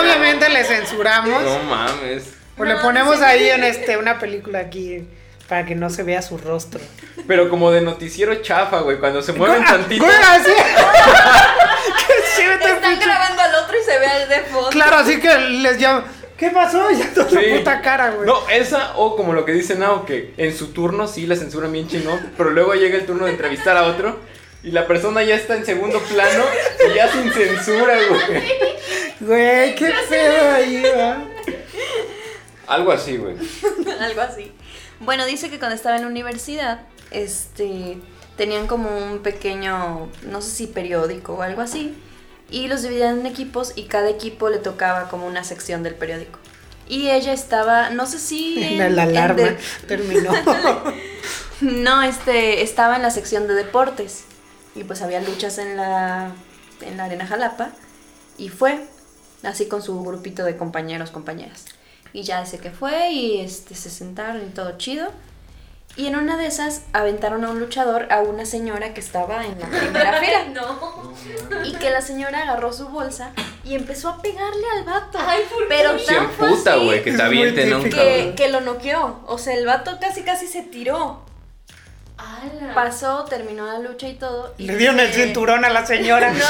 obviamente le censuramos.
No mames.
O Pues le
No,
ponemos
sí.
ahí en este una película aquí para que no se vea su rostro.
Pero como de noticiero chafa, güey. Cuando se mueven tantito.
Güey, así. ¿Qué chido este
Están
pinche-
grabando al otro y se ve al de fondo.
Claro, así que les llamo. ¿Qué pasó? Ya toda
Sí.
la puta cara, güey.
No, esa o como lo que dice Nao, que en su turno sí la censuran bien chino, pero luego llega el turno de entrevistar a otro y la persona ya está en segundo plano y ya sin censura, güey.
Güey, qué pedo ahí, va.
Algo así, güey.
Algo así. Bueno, dice que cuando estaba en la universidad, este, tenían como un pequeño, no sé si periódico o algo así, y los dividían en equipos y cada equipo le tocaba como una sección del periódico. Y ella estaba, no sé si...
La, la
en- en
alarma
de-
terminó.
no, este, estaba en la sección de deportes y pues había luchas en la, en la Arena Jalapa y fue así con su grupito de compañeros, compañeras. Y ya dice que fue y este, se sentaron y todo chido. Y en una de esas aventaron a un luchador, a una señora que estaba en la primera fila.
No.
Y que la señora agarró su bolsa y empezó a pegarle al vato.
Ay, ¿por
Pero
qué?
tan
Se emputa,
fácil
güey, que
Es
te
muy
avienten a un
típico.
que,
cabrón.
que lo noqueó. O sea, el vato casi casi se tiró.
Ala.
Pasó, terminó la lucha y todo. y
Le dieron el
dice-
cinturón a la señora.
No,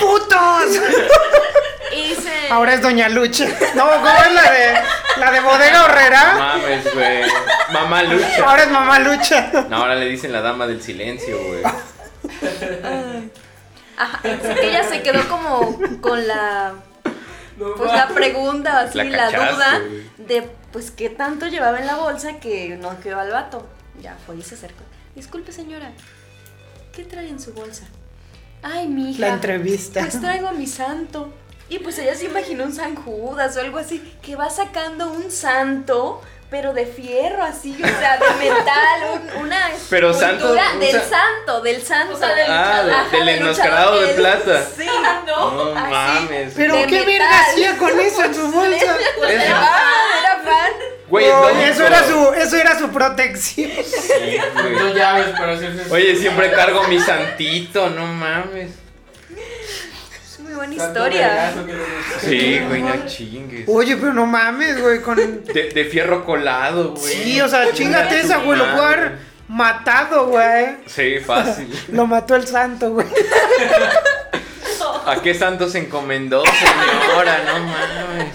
¡Putos!
y dice,
Ahora es Doña Lucha. No, ¿cómo es la de la de Bodega
No
Horrera?
Mames, güey. Mamá lucha.
Ahora es Mamá Lucha.
No, ahora le dicen la dama del silencio, güey.
ajá, dice que ella se quedó como con la pues la pregunta, así
La
la,
cachaste,
duda
güey.
de pues qué tanto llevaba en la bolsa que noqueó al vato. Ya fue y se acercó. Disculpe, señora. ¿Qué trae en su bolsa? Ay, mi hija.
La entrevista.
Pues traigo a mi santo. Y pues ella se imaginó un San Judas o algo así, que va sacando un santo, pero de fierro así, o sea, de metal, un- una
Pero
escultura
santo, un
del
sa-
santo, del santo.
O sea, del
Ah, de- del
Ajá, luchador,
enmascarado de
el-
plata.
Sí.
No
Así.
mames.
Pero
De
qué
metal.
verga hacía con eso en su bolsa.
Pues
Eso.
era-
Ah, era fan.
Güey, es
Oye,
lógico.
eso era su eso era su protección.
Sí, güey.
Dos llaves para hacerse. este
Oye, siempre cargo mi santito, no mames.
Es muy buena
Tanto
historia.
vergazo que le gusta.
Sí, güey, no chingues.
Oye, pero no mames, güey, con
De, de fierro colado, güey.
Sí, o sea, chingate esa, güey, lo pudo haber matado, güey.
Sí, fácil.
Lo mató el santo, güey.
¿A qué santo se encomendó, señora? No mames.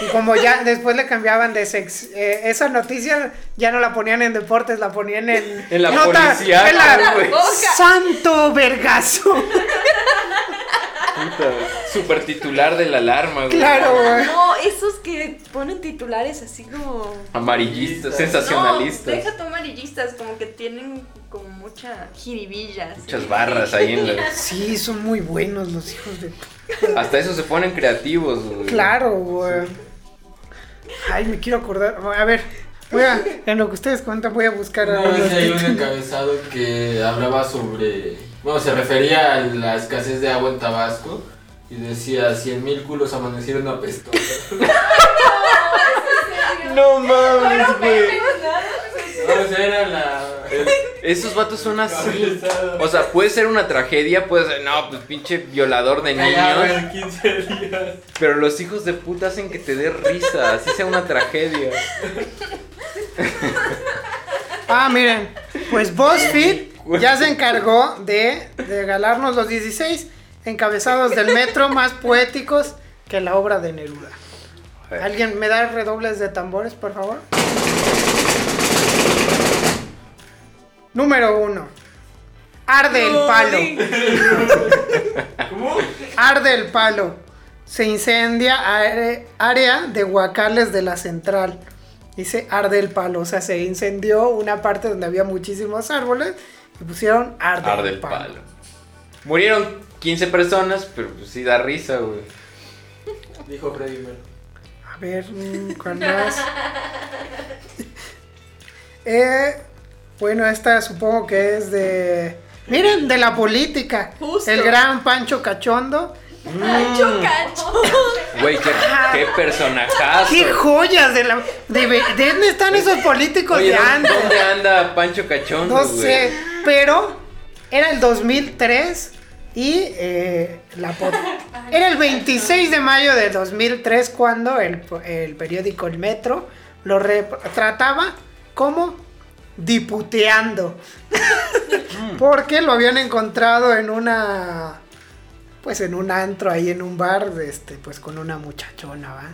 Y como ya después le cambiaban de sex, eh, esa noticia ya no la ponían en deportes, la ponían en,
En la
nota-
policía,
en la-
güey.
Santo vergazo.
Puta, super titular de la alarma, güey.
Claro, güey.
No, esos que ponen titulares así como.
Amarillista,
No,
sensacionalistas.
deja tú amarillistas, como que tienen como mucha jiribilla. así.
Muchas barras ahí en la...
Sí, son muy buenos los hijos de.
Hasta eso se ponen creativos, güey.
Claro, güey. Ay, me quiero acordar. A ver, voy a, en lo que ustedes cuentan, voy a buscar
Una
a los
vez hay un
que-
encabezado que hablaba sobre. Bueno, se refería a la escasez de agua en Tabasco y decía: 100.000 culos amanecieron apestosos.
No mames, güey.
No, o sea, era la. el
Esos vatos son así.
encabezado.
O sea, puede ser una tragedia, puede ser, no, pues pinche violador de
Ya, a
niños.
ver, 15 días.
Pero los hijos de puta hacen que te dé risa, así sea una tragedia.
Ah, miren, pues BuzzFeed ya se encargó de regalarnos los 16 encabezados del metro más poéticos que la obra de Neruda. ¿Alguien me da redobles de tambores, por favor? Número 1. Arde el palo. Arde el palo. Se incendia are- área de huacales de la central. Dice arde el palo. O sea, se incendió una parte donde había muchísimos árboles y pusieron arde,
Arde el palo. Murieron 15 personas, pero pues sí da risa, güey.
Dijo Freddy Mercury.
A ver, mm, ¿cuál más? Eh, bueno, esta supongo que es de. Miren, de la política.
Justo.
El gran Pancho Cachondo.
Pancho Cacho.
Güey, qué, qué personajazo.
¡Qué joyas! De, la, de, ve- ¿de dónde están esos políticos
Oye,
de
¿dó-
antes?
¿dónde anda Pancho Cachón?
No sé, pero era el 2003 y eh, la po- era el 26 de mayo de 2003 cuando el, po- el periódico El Metro lo retrataba como diputeando. Porque lo habían encontrado en una pues en un antro ahí en un bar de este pues con una muchachona, ¿va?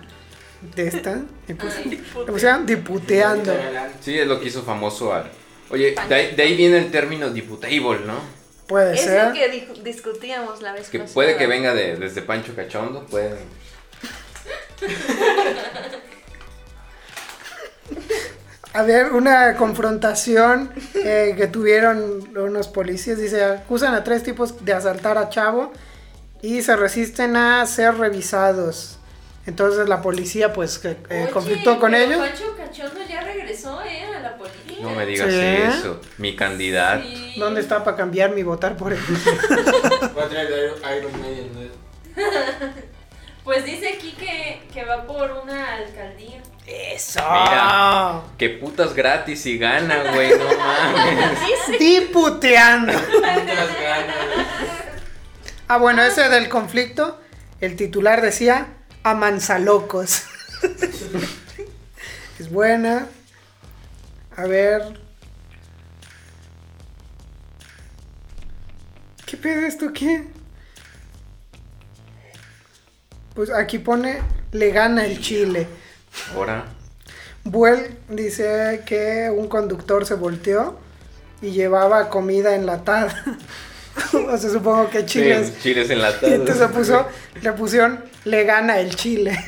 De esta, y pues, le pusieron diputeando.
Sí, es lo que hizo famoso al. Oye, de ahí, de ahí viene el término diputable, ¿no?
Puede
Es
ser.
lo que dijo- discutíamos la vez
Que
pasada.
puede que venga de, desde Pancho Cachondo, puede.
A ver, una confrontación eh, que tuvieron unos policías. Dice, acusan a tres tipos de asaltar a Chavo y se resisten a ser revisados. Entonces la policía pues que, eh,
Oye,
conflictó con
pero
ellos.
Pancho Cachondo ya regresó, ¿eh? A la política.
No me digas
Sí.
eso. Mi candidato.
Sí.
¿Dónde está para cambiar mi votar por él?
Va a traer Iron- Iron Maiden, ¿no?
Pues dice aquí que, que va por una alcaldía.
Eso.
Mira. Que putas gratis y gana, güey, no mames.
Diputeando.
Putas ganas.
Ah, bueno, ese del conflicto, el titular decía a manzalocos. es buena. A ver. ¿Qué pedo esto qué? Pues aquí pone le gana el Chile.
Ahora.
Buell dice que un conductor se volteó y llevaba comida enlatada. o sea, supongo que chiles.
Sí, chiles enlatados.
Y entonces puso, le pusieron, le gana el Chile.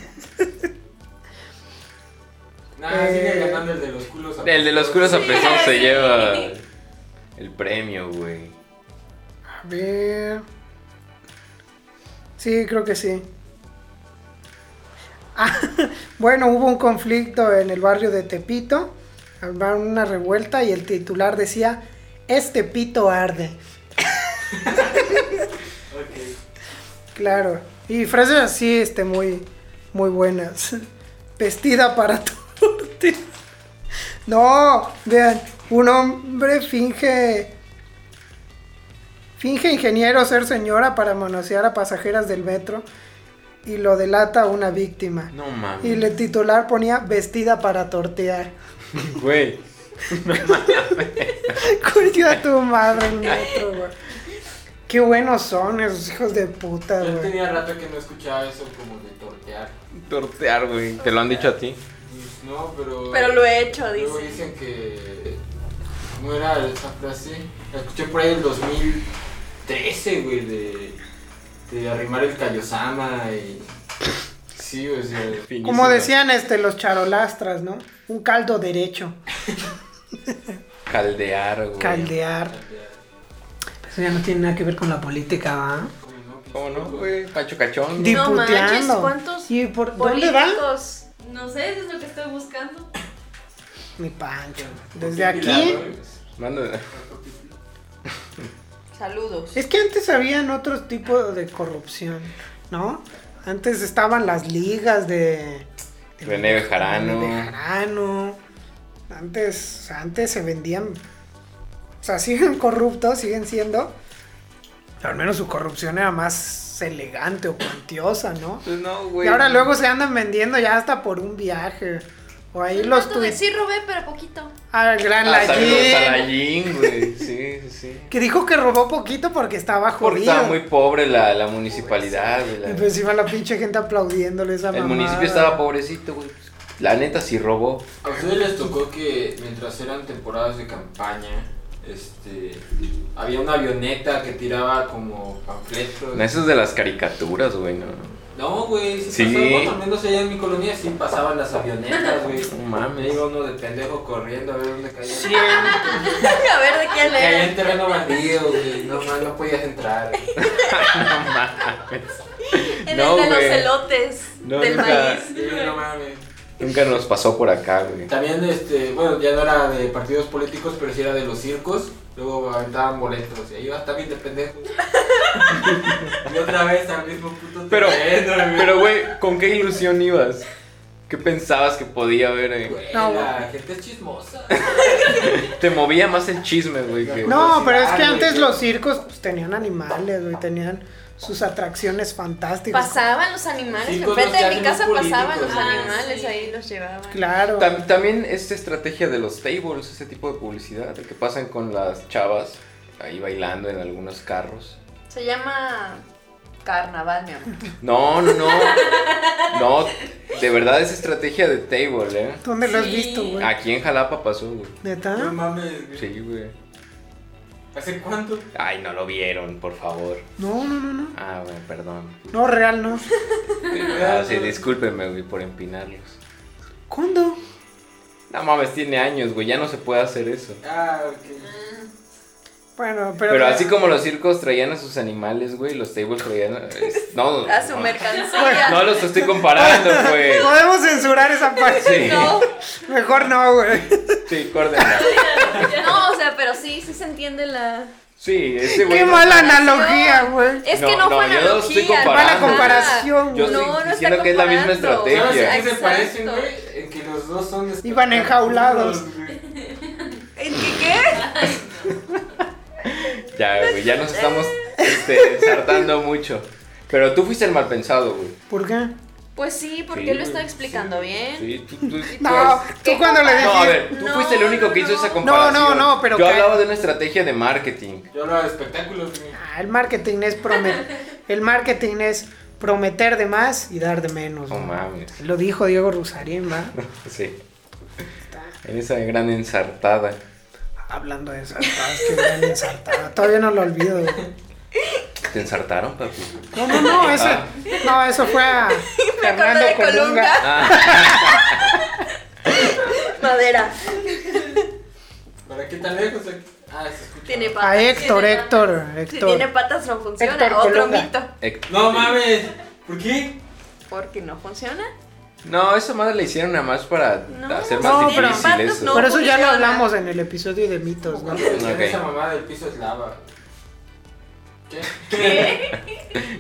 Nah, sigue
Eh.
ganando el de los culos apestosos.
El de los culos a pezón se
Sí.
lleva el premio, güey.
A ver. Sí, creo que sí. Ah, bueno, hubo un conflicto en el barrio de Tepito. Armaron una revuelta y el titular decía, este pito arde.
Ok.
Claro. Y frases así, este, muy, muy buenas. Vestida para tortas. No, vean, un hombre finge. Finge ingeniero ser señora para manosear a pasajeras del metro y lo delata a una víctima.
No mames.
Y el titular ponía vestida para tortear.
Güey.
Coño a tu madre el metro, güey. Qué buenos son esos hijos de puta,
Yo
güey.
tenía rato que no escuchaba eso como de tortear.
Tortear, güey. ¿Te lo han dicho a ti?
Pues No, pero.
Pero lo he hecho,
Luego
dice.
dicen que. No era esa frase. La escuché por ahí en 2013, güey, de. este, arrimar el Kaiosama y... Sí, o sea...
Como decían este, los charolastras, ¿no? Un caldo derecho.
Caldear, güey.
Caldear. Eso ya no tiene nada que ver con la política, ¿va?
¿Cómo
Pues,
no, güey? Pancho Cachón.
Di-
No manches,
puteando.
¿cuántos
¿Y por dónde va?
políticos?
No sé, eso es lo que estoy buscando.
Mi pancho. Desde aquí.
Mando.
Saludos.
Es que antes habían otro tipo de corrupción, ¿no? Antes estaban las ligas de. de-
René Bejarano.
René Bejarano. Antes, antes se vendían. O sea, siguen corruptos, siguen siendo. Pero al menos su corrupción era más elegante o cuantiosa, ¿no?
Pues no, güey.
Y ahora luego se andan vendiendo ya hasta por un viaje. O ahí los
Trato de-
tuits.
Sí robé, pero poquito.
Al gran
Ah, saludos a
Lallín.
Lallín, güey. Sí, sí, sí.
Que dijo que robó poquito porque estaba jodido.
Porque estaba muy pobre la, la municipalidad, güey. la-
Y pues iba la pinche gente aplaudiéndole esa
El
mamada. Pues-
municipio estaba pobrecito, güey. La neta sí robó.
¿A ustedes les tocó que mientras eran temporadas de campaña, este, había una avioneta que tiraba como panfletos?
No, Eso es de las caricaturas, güey, no.
No, güey, sí,
Sí.
pasaba, bueno, al menos allá en mi colonia sí pasaban las avionetas, güey.
No
Me
mames.
iba uno de pendejo corriendo a ver dónde caía. Sí,
A ver de quién le
caía en terreno bandido, güey. No, man, no podías entrar.
En
No,
el de los
güey.
elotes
No,
del
nunca.
maíz.
Sí, no mames.
Nunca nos pasó por acá, güey.
También, este, bueno, ya no era de partidos políticos, pero sí era de los circos. Luego aventaban boletos y ahí ibas también de pendejo. y otra vez al mismo puto
Pero,
terreno, güey.
pero, güey, ¿con qué ilusión ibas? ¿Qué pensabas que podía haber? eh?
Güey,
No,
la gente es chismosa.
Te movía más el chisme, güey. que-
No, pero es que
Curiosidad,
antes
güey.
los circos pues, tenían animales, güey, tenían sus atracciones fantásticas.
Pasaban los animales.
Sí, con
Enfrente
los
de mi
que hacen
casa
los
pasaban los
políticos,
¿no?
animales.
Sí.
Ahí los llevaban.
Claro.
Tam- también esta estrategia de los tables, ese tipo de publicidad que pasan con las chavas ahí bailando en algunos carros.
Se llama carnaval, mi amor.
No, no, no. No, de verdad es estrategia de table, ¿eh?
¿Dónde lo has
Sí.
visto, güey?
Aquí en Jalapa pasó, güey.
No
¿Neta?
mames, güey.
Sí, güey.
¿Hace cuánto?
Ay, no lo vieron, por favor.
No, no, no, no.
Ah, bueno, perdón.
No, real no.
Ah, sí, discúlpenme, güey, por empinarlos.
¿Cuándo?
No mames, tiene años, güey, ya no se puede hacer eso.
Ah, ok.
Bueno, pero.
Pero, así como los circos traían a sus animales, güey, los tables traían a... es- No,
A su
no,
mercancía.
no los estoy comparando, güey.
Podemos censurar esa parte.
Sí,
No.
Mejor no, güey.
sí, córdenla.
No, o sea, pero sí, sí se entiende la.
Sí, ese güey...
Qué mala analogía, güey.
Es que
No,
no,
no,
fue
yo no
analogía.
estoy
¿no?
Mala
comparando.
comparación, güey.
Yo estoy
No, no está
diciendo que es la misma
comparando.
¿Sabes
estrategia.
en qué se
Exacto.
parecen, güey? En que los dos son...
Iban enjaulados.
espectaculares, güey.
¿En qué qué?
Ya, güey, ya nos estamos este, ensartando mucho. Pero tú fuiste el mal pensado, güey.
¿Por qué?
Pues sí, porque
Sí,
él lo está
güey,
explicando bien.
Sí, tú, tú- tú
No,
has-
tú cuando le
No, a
dijiste.
ver, tú
No,
fuiste el único que hizo
no.
esa comparación.
No, no, no, pero
Yo
que-
hablaba de una estrategia de marketing.
Yo hablaba de espectáculos, güey.
Ah, el marketing es prometer. el marketing es prometer de más y dar de menos.
No
¿no?
mames.
Lo dijo Diego Rusarín, ¿va?
Sí. En esa gran ensartada.
Hablando de ensartadas, que gran ensartada. Todavía no lo olvido. güey.
¿Te ensartaron, papi?
No, no, no, eso,
Ah.
no, eso fue a Fernando
de Colunga.
Colunga.
Ah,
Madera.
¿Para qué tan lejos? Ah, se escucha.
Tiene patas.
A Héctor, Héctor,
Si
Héctor.
tiene patas no funciona.
Héctor
Otro
Colunga.
mito.
ec-
No mames. ¿Por qué?
Porque no funciona.
no, esa madre la hicieron nada más para
No.
hacer más
No, pero-
difícil eso.
no.
Por eso ya lo
funciona.
hablamos en el episodio de mitos, ¿no?
Pues, Ok.
Esa mamá del piso es lava. ¿Qué?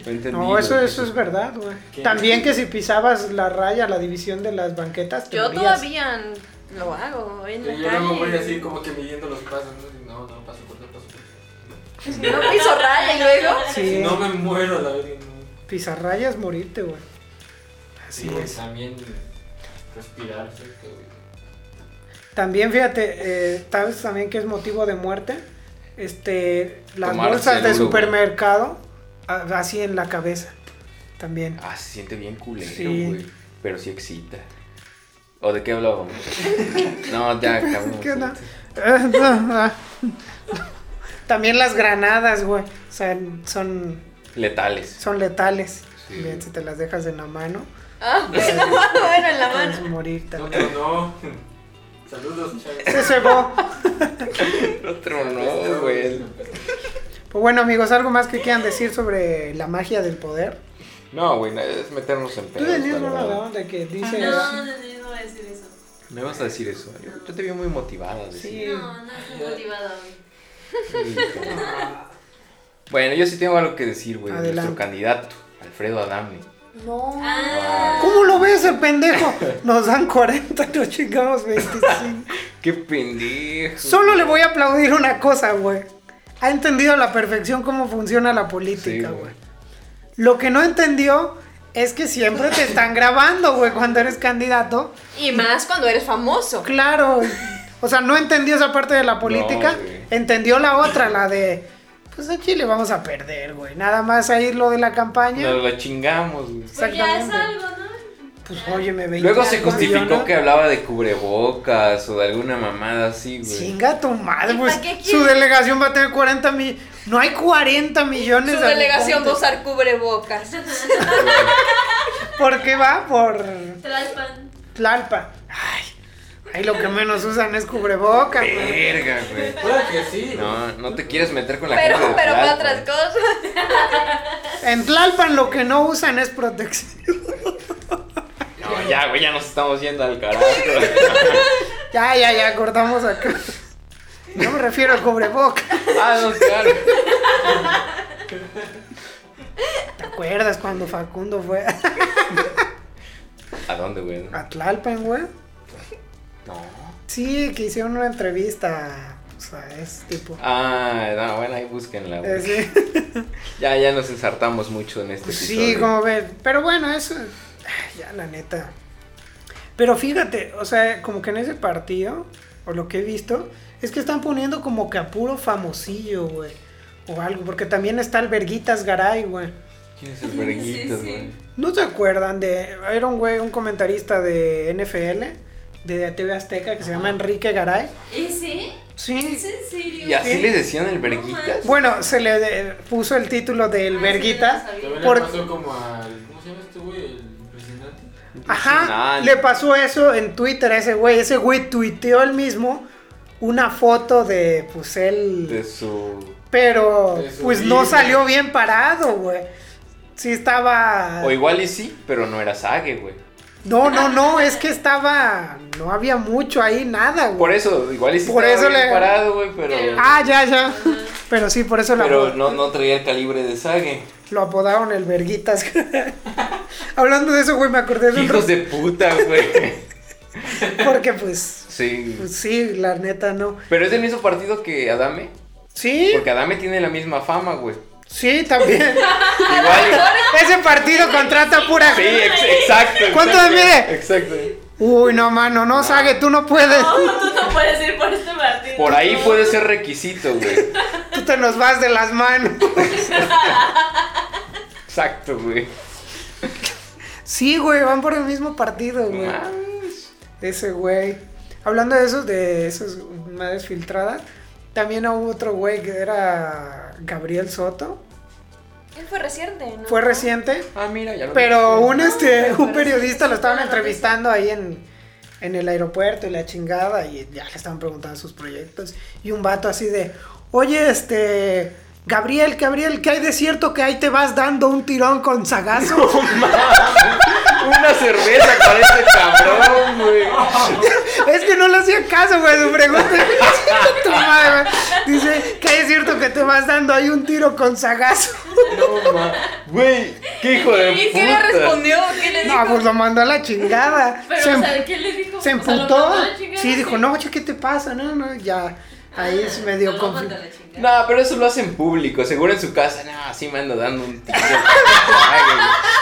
No entendí,
No,
güey.
eso, eso es verdad, güey.
¿Qué?
También que si pisabas la raya, la división de las banquetas, te
Yo
morías.
todavía lo hago en la
Y yo luego voy
calle.
así como que midiendo los pasos. ¿no? Y No, no, paso por no paso por
No piso raya y luego.
Si
Sí,
no me muero, la verdad. No.
pisar raya es morirte, güey. Así
Y
es.
También respirar. ¿sí? Que, güey.
También fíjate, eh, sabes también que es motivo de muerte, este, las
Tomar
bolsas de
cianuro, güey.
supermercado a- así en la cabeza, también.
Ah, se siente bien culero,
Sí.
güey. Pero sí excita. ¿O de qué hablábamos? no, ya acabamos.
¿Qué onda? Ah, ah, ah. también las granadas, güey, o sea, son
letales.
Son letales.
Sí.
Bien, si te las dejas en la mano,
Ah, en la mano, bueno, en la mano.
puedes morir
No,
también.
pero no. Saludos, Chávez.
Se cebó.
Otro no, Este, Oh, güey.
Pues bueno, amigos, ¿algo más que quieran decir sobre la magia del poder?
No, güey, es meternos en
Tú
pedos.
tenías
la
una
verdad.
¿no? de que dices.
Ah, No, no, yo no voy a decir eso.
Me vas a decir eso. Yo, yo te vi muy motivada. de
Sí.
No, no estoy motivada hoy.
Bueno, yo sí tengo algo que decir, güey. de Nuestro
Adelante.
candidato, Alfredo Adame.
No.
Ah,
¿Cómo lo ves el pendejo? Nos dan 40, nos chingamos 25.
¡Qué pendejo!
Solo le voy a aplaudir una cosa, güey. Ha entendido a la perfección cómo funciona la política,
Sí, güey.
güey. Lo que no entendió es que siempre te están grabando, güey, cuando eres candidato.
Y más cuando eres famoso.
Claro. O sea, no entendió esa parte de la política.
güey.
entendió la otra, la de. Pues a Chile vamos a perder, güey. Nada más ahí lo de la campaña.
Nos la chingamos, güey.
pues ya es
Exactamente.
algo, ¿no?
Pues óyeme, 20
Luego se
años,
justificó
Mariana.
que hablaba de cubrebocas o de alguna mamada así, güey.
Chinga tu madre,
¿Y
pues
pa' qué quieres?
su delegación va a tener 40 millones. No hay 40 millones
Su
de
delegación va a
habitantes.
usar cubrebocas.
¿Por qué va? Por
Tlalpan.
Tlalpa. Ay, ahí lo que menos usan es cubrebocas. güey.
Verga, güey.
Puede que sí.
No, no te quieres meter con la
Pero,
gente de
pero para
Tlalpan.
otras cosas.
En Tlalpan lo que no usan es protección.
No, ya, güey, ya nos estamos yendo al carajo.
Ya, ya, ya, cortamos acá. No me refiero al cubrebocas.
ah, no, claro.
¿Te acuerdas cuando Facundo fue
¿A dónde, güey?
a Tlalpan, güey?
No.
Sí, que hicieron una entrevista pues, a ese tipo.
Ah, no, bueno, ahí búsquenla, güey.
Eh, sí.
Ya, ya nos ensartamos mucho en este
Pues
episodio.
sí, como ver. Pero bueno, eso. ay, Ya, la neta. Pero fíjate, o sea, como que en ese partido, o lo que he visto, es que están poniendo como que a puro famosillo, güey. O algo, porque también está el Verguitas Garay, güey.
¿Quién es el verguitas,
Sí, sí.
güey?
¿No se acuerdan de. Era un güey, un comentarista de NFL, de TV Azteca, que se llama Enrique Garay?
¿Y sí?
Sí.
¿Es en serio?
¿Y así
Sí.
les decían el verguitas?
Bueno, se le eh, puso el título del
Ah,
Verguitas.
sí, no lo sabía.
También
Por-
le pasó como al. ¿Cómo se llama este güey? El presidente.
Ajá,
Nacional.
le pasó eso en Twitter a ese güey. Ese güey tuiteó él mismo una foto de, pues, él.
De su...
pero,
de su
pues, no
vida.
salió bien parado, güey. Sí estaba...
O igual y sí, pero no era Sage, güey.
No, no, no, es que estaba... No había mucho ahí, nada, güey.
Por eso, igual y sí
Por
estaba
eso
bien
le-
parado, güey, pero...
Ah, ya, ya. Pero sí, por eso lo,
Pero
apo-
no, no traía el calibre de Sage.
lo apodaron el verguitas. Hablando de eso, güey, me acordé de un...
Hijos de puta, güey.
Porque, pues,
Sí.
pues, sí, la neta, no.
Pero es del mismo partido que Adame.
Sí,
Porque Adame tiene la misma fama, güey.
sí, también.
Igual.
Ese partido contrata pura.
Sí, ex- exacto.
¿Cuánto
exacto,
mide?
Exacto.
Uy, no, mano, no, Sague, tú no puedes.
No, tú no puedes ir por este partido.
Por ahí puede ser requisito, güey.
Tú te nos vas de las manos.
Exacto, güey.
Sí, güey, van por el mismo partido,
No
güey.
mames.
Ese güey. Hablando de esos, de esos madres filtradas, también hubo otro güey que era Gabriel Soto.
Él fue reciente, ¿no?
Fue reciente,
Ah, mira, ya lo
pero
viste.
un, este, un
pero
periodista lo
sí,
estaban
sí,
entrevistando ahí en, en el aeropuerto y la chingada y ya le estaban preguntando sus proyectos y un vato así de, oye, este, Gabriel, Gabriel, ¿qué hay de cierto que ahí te vas dando un tirón con sagazo?
Una cerveza para este cabrón, güey.
Es que no le hacía caso, güey, su pregunta. Tu madre, güey. Dice, ¿qué hay de cierto que te vas dando ahí un tiro con sagazo?
No mames. Güey, qué hijo de puta.
¿Y qué le respondió? ¿Qué le dijo?
No, pues lo mandó a la chingada.
Pero,
Se-
o sea, ¿qué le dijo?
Se
O sea, ¿lo
emputó.
mandó a la chingada?
Sí, dijo, no, che, ¿qué te pasa? No, no, ya. Ahí se me dio
No lo
conflicto.
manda a la chingada.
No, pero eso lo hace en público, seguro en su casa. No, sí me ando dando un tiro.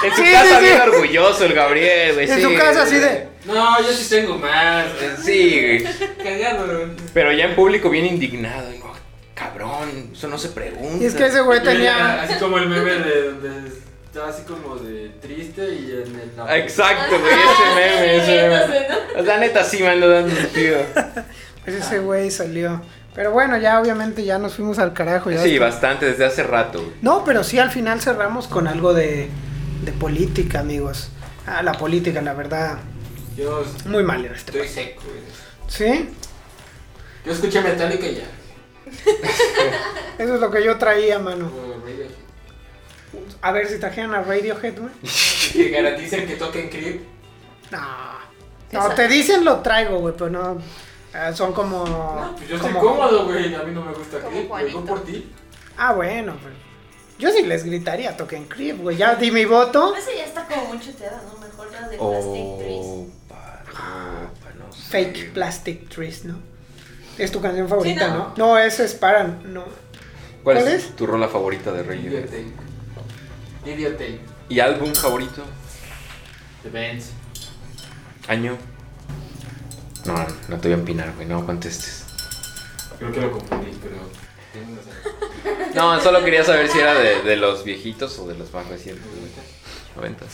en su
Sí,
casa
sí, sí.
bien orgulloso el Gabriel, güey.
En
sí,
su casa así
güey.
de,
No, yo sí tengo más. eh.
Sí, güey.
Cagado.
Pero ya en público bien indignado. y No, cabrón, eso no se pregunta.
y es que ese güey
Tenía
tenía...
así como el meme de donde estaba así como de triste y en el
Ah, Exacto, güey, ese
Ah,
meme,
sí,
ese meme.
entonces,
O sea, neta, sí me ando dando un tiro.
Pues ese güey salió. Pero bueno, ya obviamente ya nos fuimos al carajo. Pues Ya
Sí,
está.
bastante, desde hace rato, güey.
No, pero sí al final cerramos con algo de, de política, amigos. Ah, la política, la verdad,
Yo
muy mal en este.
estoy seco, güey.
¿Sí?
Yo escuché Metallica y ya.
Eso es lo que yo traía, mano.
Como Radiohead.
A ver si trajeran a Radiohead, güey.
Que garanticen que toquen Creep.
No. No, te dicen lo traigo, güey, pero no. eh, son como.
No, pues yo estoy
como-
cómodo, güey. A mí no me gusta
Como
Creep.
Juanito.
Vengo por ti.
Ah, bueno, pues. Yo sí les gritaría, toquen creep, güey. Ya di mi voto.
Esa ya está como muy chuteada, ¿no? Mejor la de Plastic Trees.
Oh, no
Fake Plastic Trees, ¿no? Es tu canción favorita,
Sí,
¿no?
no.
No, ese es para. No.
¿Cuál,
¿Cuál
es,
es?
tu rola favorita de Radiohead?
Idiotape. Idiotape.
¿Y álbum favorito?
The Bands.
¿Año? No, no te voy a empinar, güey, no contestes.
Creo que lo confundí, pero. tengo una saber.
No, solo quería saber si era de, de los viejitos o de los más recientes. güey. Noventas.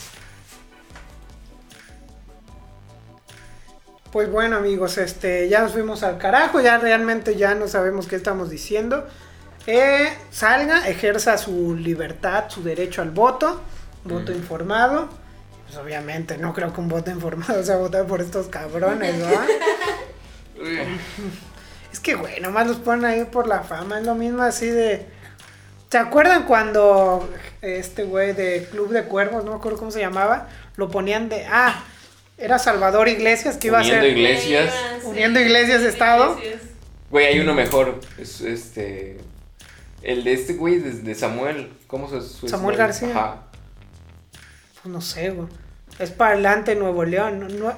Pues bueno, amigos, este, ya nos fuimos al carajo. Ya realmente ya no sabemos qué estamos diciendo. Eh, salga, ejerza su libertad, su derecho al voto. Voto informado. Pues obviamente, no creo que un voto informado sea votar por estos cabrones, ¿verdad? Es que, güey, nomás los ponen ahí por la fama. Es lo mismo así de. ¿Se acuerdan cuando este güey de Club de Cuervos, no me acuerdo cómo se llamaba, lo ponían de. Ah, era Salvador Iglesias que iba a
Uniendo
ser.
Iglesias.
Sí, sí.
Uniendo Iglesias de Estado.
Iglesias.
Güey, hay uno mejor. Es este. El de este güey, de, de Samuel. ¿Cómo se su-
Samuel
su-
García.
Ajá.
Pues no sé, güey. Es parlante Nuevo León. no- no-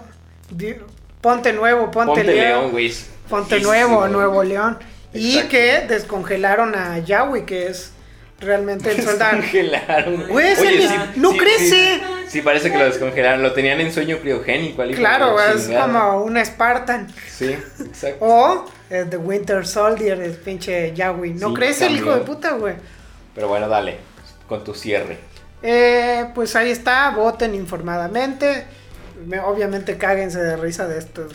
di- ponte nuevo, ponte,
Ponte
León.
León, güey. es
Ponte
viejísimo,
nuevo,
güey.
Nuevo León. Y
Exacto.
que descongelaron a Yahweh, que es realmente el soldado.
Descongelaron.
Güey, es el- no crece.
Sí, parece que lo descongelaron. Lo tenían en sueño criogénico. al hijo de
Claro,
la
güey, es
chingada.
como un Spartan.
Sí, exacto.
O eh, The Winter Soldier, el pinche Yahweh. No
Sí,
crece el hijo de
también.
puta, güey.
Pero bueno, dale. Con tu cierre.
Eh, pues ahí está, voten informadamente. Me- obviamente cáguense de risa de estos.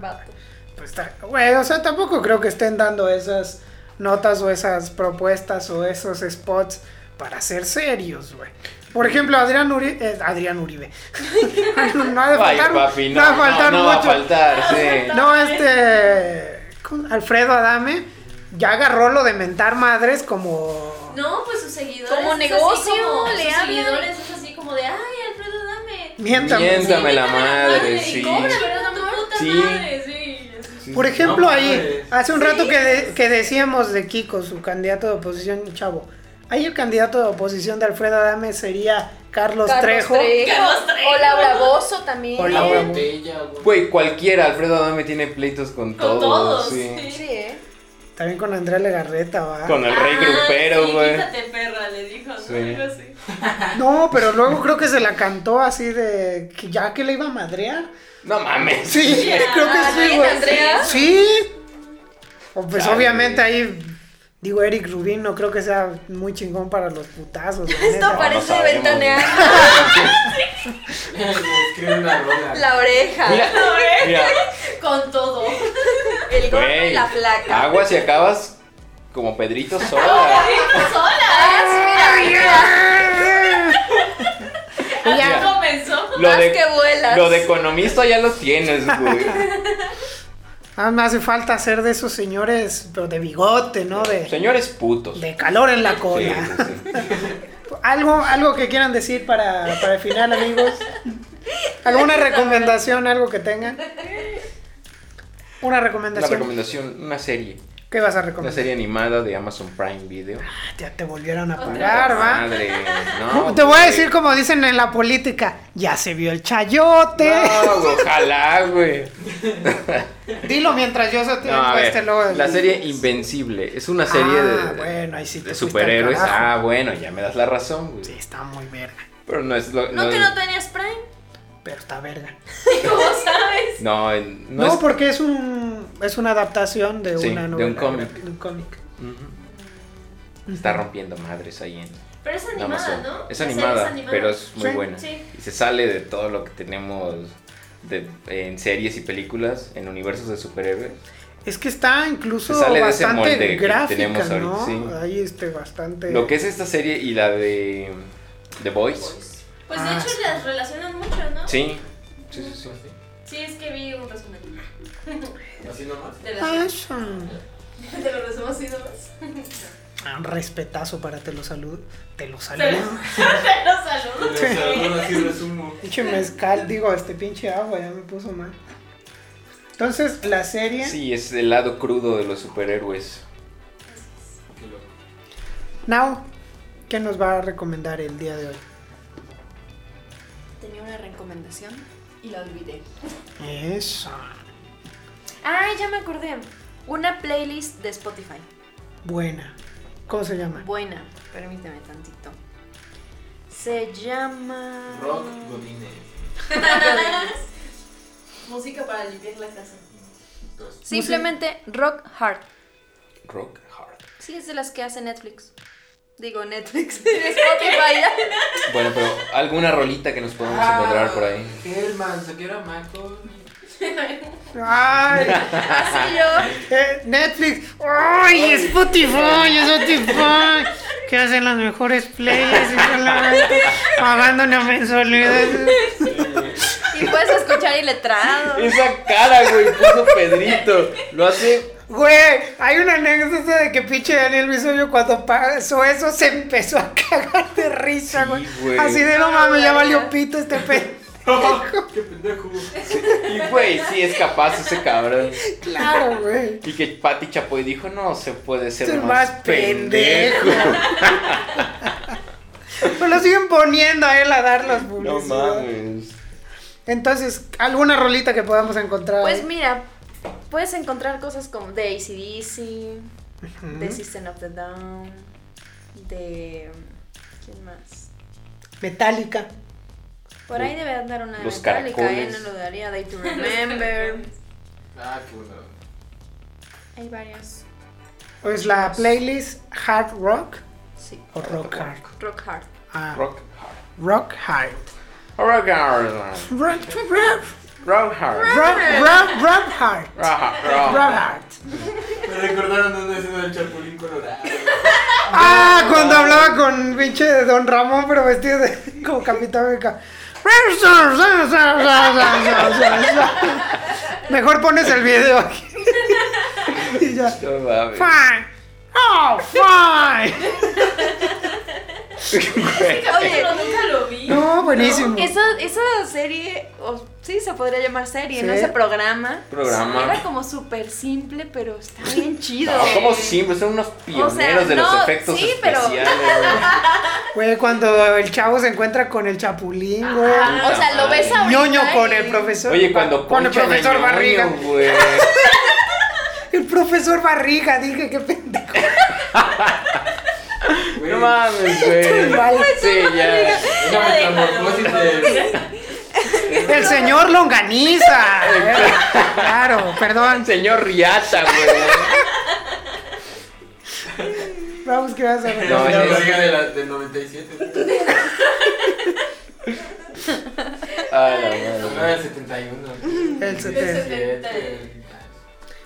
Vato.
Pues está- güey, o sea, tampoco creo que estén dando esas notas o esas propuestas o esos spots para ser serios, güey. Por ejemplo, Adrián Uribe. Adrián Uribe. no ha de
Ay,
faltar,
papi, no,
no ha de faltar
no, no va a
mucho.
faltar, sí.
No, este. ¿cómo? Alfredo Adame ya agarró lo de mentar madres como.
No, pues sus seguidores.
Como
es así
negocio,
como-
le
sus
hablan.
seguidores es así como de, ay, Alfredo, dame.
Miéntame.
Miéntame
Sí,
la
méteme
madre,
y
sí.
cobra, pero no tu puta
Sí.
madre, sí. así.
Por ejemplo,
No
ahí,
mames.
hace un
Sí.
rato que, de- que decíamos de Kiko, su candidato de oposición, chavo. Ahí el candidato de oposición de Alfredo Adame sería Carlos, Trejo.
Carlos Trejo.
O Laura Bozo también.
O
La
Laura-
botella, güey.
Güey, cualquiera. Alfredo Adame tiene pleitos con,
Con todos,
sí.
sí.
Sí, ¿eh?
También con Andrea Legarreta, va.
Con el rey
Ah,
grupero,
sí,
güey.
Quítate, perra, le dijo, ¿no?
Sí.
Algo así.
No, pero luego creo que se la cantó así de que ya que le iba a madrear.
No mames.
Sí, creo que sí,
¿quién,
güey.
Andrea?
Sí. O, pues
Chale.
obviamente ahí, digo, Eric Rubín no creo que sea muy chingón para los putazos. la
Esto
neta.
parece
sabemos.
ventanear
Le escribe una rola.
la oreja,
Mira, mira,
Con todo.
el gordo y
güey.
la placa.
Agua si acabas como Pedrito sola.
Ah, sí, mira,
Ya comenzó.
Lo
más
de,
que vuelas.
lo de economista ya lo tienes, güey.
Ah, me hace falta ser de esos señores, pero de bigote, ¿no? De,
Señores putos.
de calor en la
Sí,
cola.
sí, sí.
Algo, algo que quieran decir para, para el final, amigos. ¿Alguna recomendación, algo que tengan? Una
Una
recomendación.
recomendación, una serie.
¿Qué vas a
Una
recomendar?
serie animada de Amazon Prime Video.
Ya te volvieron a
Otra
pagar, ¿va?
Madre, no.
te voy a
güey.
decir como dicen en la política, ya se vio el chayote.
No, güey, ojalá, güey.
Dilo mientras yo soteo
No, a ver,
este logo.
la serie Invencible es una serie
Ah,
de,
bueno, ahí sí te
de
fuiste al
superhéroes.
carajo.
Ah, bueno, ya me das la razón, güey.
Sí, está muy verga,
Pero no es lo.
No
no
que
es-
no tenías Prime.
pero está verga.
¿Cómo sabes?
No, en- no
No,
es-
porque es un es una adaptación de
Sí,
una
de un
novela.
cómic.
de un cómic.
Ujú. Está rompiendo madres ahí en
Pero es animada,
Amazon. Es
¿no? La serie
animada, pero es muy
Sí.
buena.
Sí.
Y se sale de todo lo que tenemos de, en series y películas, en universos de superhéroes.
Es que está incluso
Se sale de ese
bastante
molde que
gráfica,
tenemos ahorita,
¿no?
sí.
Hay este bastante.
Lo que es esta serie y la de The Boys.
Pues de
Ah,
hecho
sí.
las relacionan mucho, ¿no?
Sí. Sí, sí, sí.
Sí, es que vi un resumen.
Así nomás.
De las
Ah, eso.
de los resumos y demás.
Ah, un respetazo para te lo saludo. Te lo saludo.
Pero pero saludos.
Pero, o sea, bueno, así resumo.
Pinche mezcal, digo, este pinche agua ya me puso mal. Entonces, la serie.
Sí, es el lado crudo de los superhéroes.
Qué loco.
Now, ¿qué nos va a recomendar el día de hoy?
Tenía una recomendación y la olvidé.
Eso.
Ah, ya me acordé. Una playlist de Spotify.
Buena. ¿Cómo se llama?
Buena, permíteme tantito. Se llama.
Rock Godínez.
Música para limpiar la casa.
Entonces,
Simplemente Rock Hard.
Rock Hard.
Sí, es de las que hace Netflix. Digo Netflix. Spotify.
Bueno, pero alguna rolita que nos podamos
Ah.
encontrar por ahí.
Hellman, se quiera Michael.
¡Ay!
Así yo.
eh, Netflix. ¡Ay! Spotify, Spotify. Que hacen las mejores playlists y solamente pagando una mensualidad.
Y puedes escuchar iletrado.
Esa cara, güey, puso Pedrito. Lo hace.
Güey, hay una anécdota de que pinche Daniel Bisoño cuando pasó eso se empezó a cagar de risa,
Sí,
güey.
güey.
Así de no mames, ya valió pito este pe.
Qué pendejo.
Y, güey, sí es capaz ese cabrón.
Claro, güey.
Y que Pati Chapoy dijo: No se puede ser
Es el
más,
más pendejo".
pendejo.
Pero lo siguen poniendo a él a dar las
No
publicidades.
mames.
Entonces, alguna rolita que podamos encontrar.
Pues mira, puedes encontrar cosas como de ACDC, de System of the Down, de. ¿Quién más?
Metálica.
Por ahí debe andar una de
Los
Metallica, ¿eh?
caracoles.
No lo daría. Day to Remember.
Ah, qué bueno.
Hay varias.
Pues la playlist Hard Rock
Sí.
o Rock Hard.
Rock Hard.
Ah, rock.
Rock Hard.
Hard.
Rock Hard.
Rock, rock,
Rock Hard.
rock, rock, rock Hard.
Rock Hard.
Rock Hard.
Me recordaron una escena del Chapulín Colorado.
Ah, cuando hablaba con pinche de Don Ramón, pero vestido de, como Capitán América. Mejor pones el video aquí. Y ya.
No mames.
Fine. Oh, fine.
Oye,
Pero nunca lo vi.
No, buenísimo.
Esa, esa serie, o sí se podría llamar serie,
Sí.
¿no? Ese programa.
Programa.
Era como súper simple, pero está bien chido.
No, como siempre, son unos pioneros de los
no,
efectos
sí, pero-
especiales.
Güey, cuando el chavo se encuentra con el chapulín, güey.
Ah, o sea, lo ves ahorita.
Ñoño con
y-
el profesor.
güey. Oye, cuando
Con el
ponchan a
profesor
Ñoño,
Barriga.
güey.
El profesor Barriga, dije, qué pendejo.
Eh. No mames, güey.
Vale.
Sí, ya.
Una metamorfosis pues, de.
El señor Longaniza. eh. Claro, perdón.
Señor Riata, güey.
Vamos, que vas a ver.
No,
la
es-
barriga de la- del 97.
A Ah, la madre.
No, del 71.
El 70. El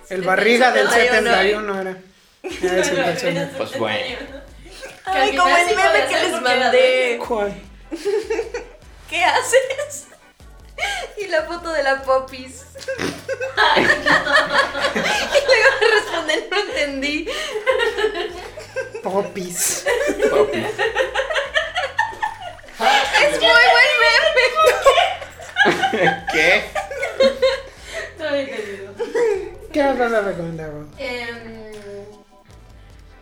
71.
barriga del
71.
71
¿eh?
era. Era ese personaje.
Pues bueno.
Ay, como el meme que les mandé.
este,
¿Cuál?
¿Qué haces? Y la foto de la popis. y luego me responden, no entendí.
Popis.
Papi.
Es muy buen meme.
¿Qué?
¿Qué nos vas a recomendar, Rob?
Em,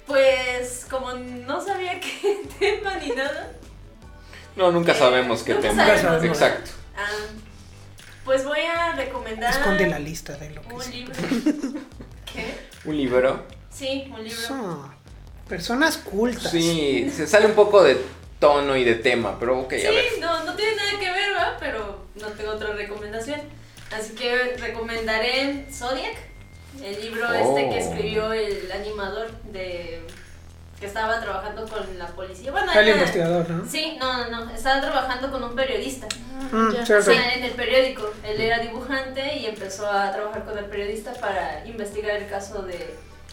Pues como no sabía qué tema ni nada.
No, nunca sabemos qué
Eh, Nunca
tema.
sabemos, ¿no?
Exacto.
ah, pues voy a recomendar
Esconde la lista de lo que
un
es.
libro. ¿Qué?
Un libro.
Sí, un libro.
Ah, Personas cultas.
Sí, se sale un poco de tono y de tema, pero ok, a ver.
Sí, no, no tiene nada que ver, ¿verdad? Pero no tengo otra recomendación. Así que recomendaré Zodiac, el libro
Oh.
este que escribió el animador de que estaba trabajando con la policía. Bueno,
El
era-
investigador, ¿no?
Sí, no, no, no, estaba trabajando con un periodista.
Mm, cierto.
Ah, En el periódico, él era dibujante y empezó a trabajar con el periodista para investigar el caso de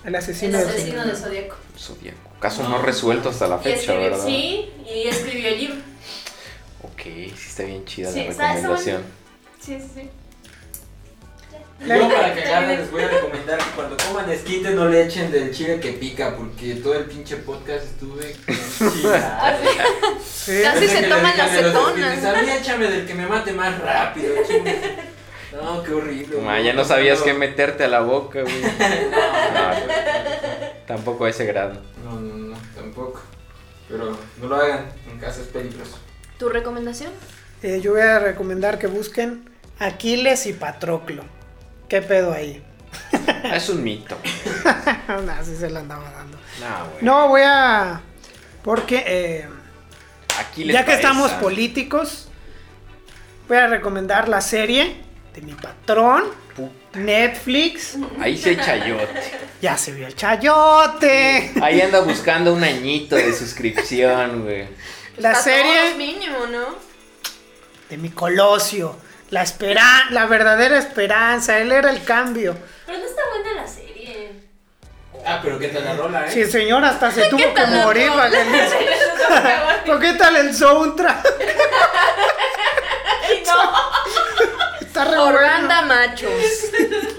El
el
asesino. de-
asesino de Zodíaco.
Zodíaco. Caso no resuelto hasta la
Y
fecha,
escribió,
¿verdad?
sí, y escribió el libro.
Ok, sí está bien chida
Sí,
la
está- está
recomendación.
Sí, sí, sí.
Yo para que agarren les voy a recomendar que cuando coman esquite no le echen del chile que pica, porque todo el pinche podcast estuve con chila.
Sí.
Casi se toman la
A
acetona.
mí échame del que me mate más rápido, chinga. No, qué horrible.
Ma,
güey.
ya no sabías qué
No,
meterte a la boca, güey. No, tampoco a ese grado.
No, no, no, tampoco. Pero no lo hagan, en casa es peligroso.
¿Tu recomendación?
Eh, yo voy a recomendar que busquen Aquiles y Patroclo. ¿Qué pedo ahí?
Ah, Es un mito.
Nah, sí se la andaba dando.
No, güey.
No, voy a... Porque eh,
Aquí les
ya que
parece.
estamos políticos, voy a recomendar la serie de mi patrón,
Puta,
Netflix.
Ahí se chayote.
Ya se vio el chayote.
Ahí anda buscando un añito de suscripción, güey.
La
Para todos
serie
mínimo, ¿no?
de mi Colosio. La, espera la verdadera esperanza. Él era el cambio.
Pero no está buena la serie.
Ah, pero qué tal la rola,
Sí, señor, hasta se tuvo que
tal la
morir.
rola?
Valeria. ¿Por qué tal el soundtrack? Está re bueno.
Orlando Machos.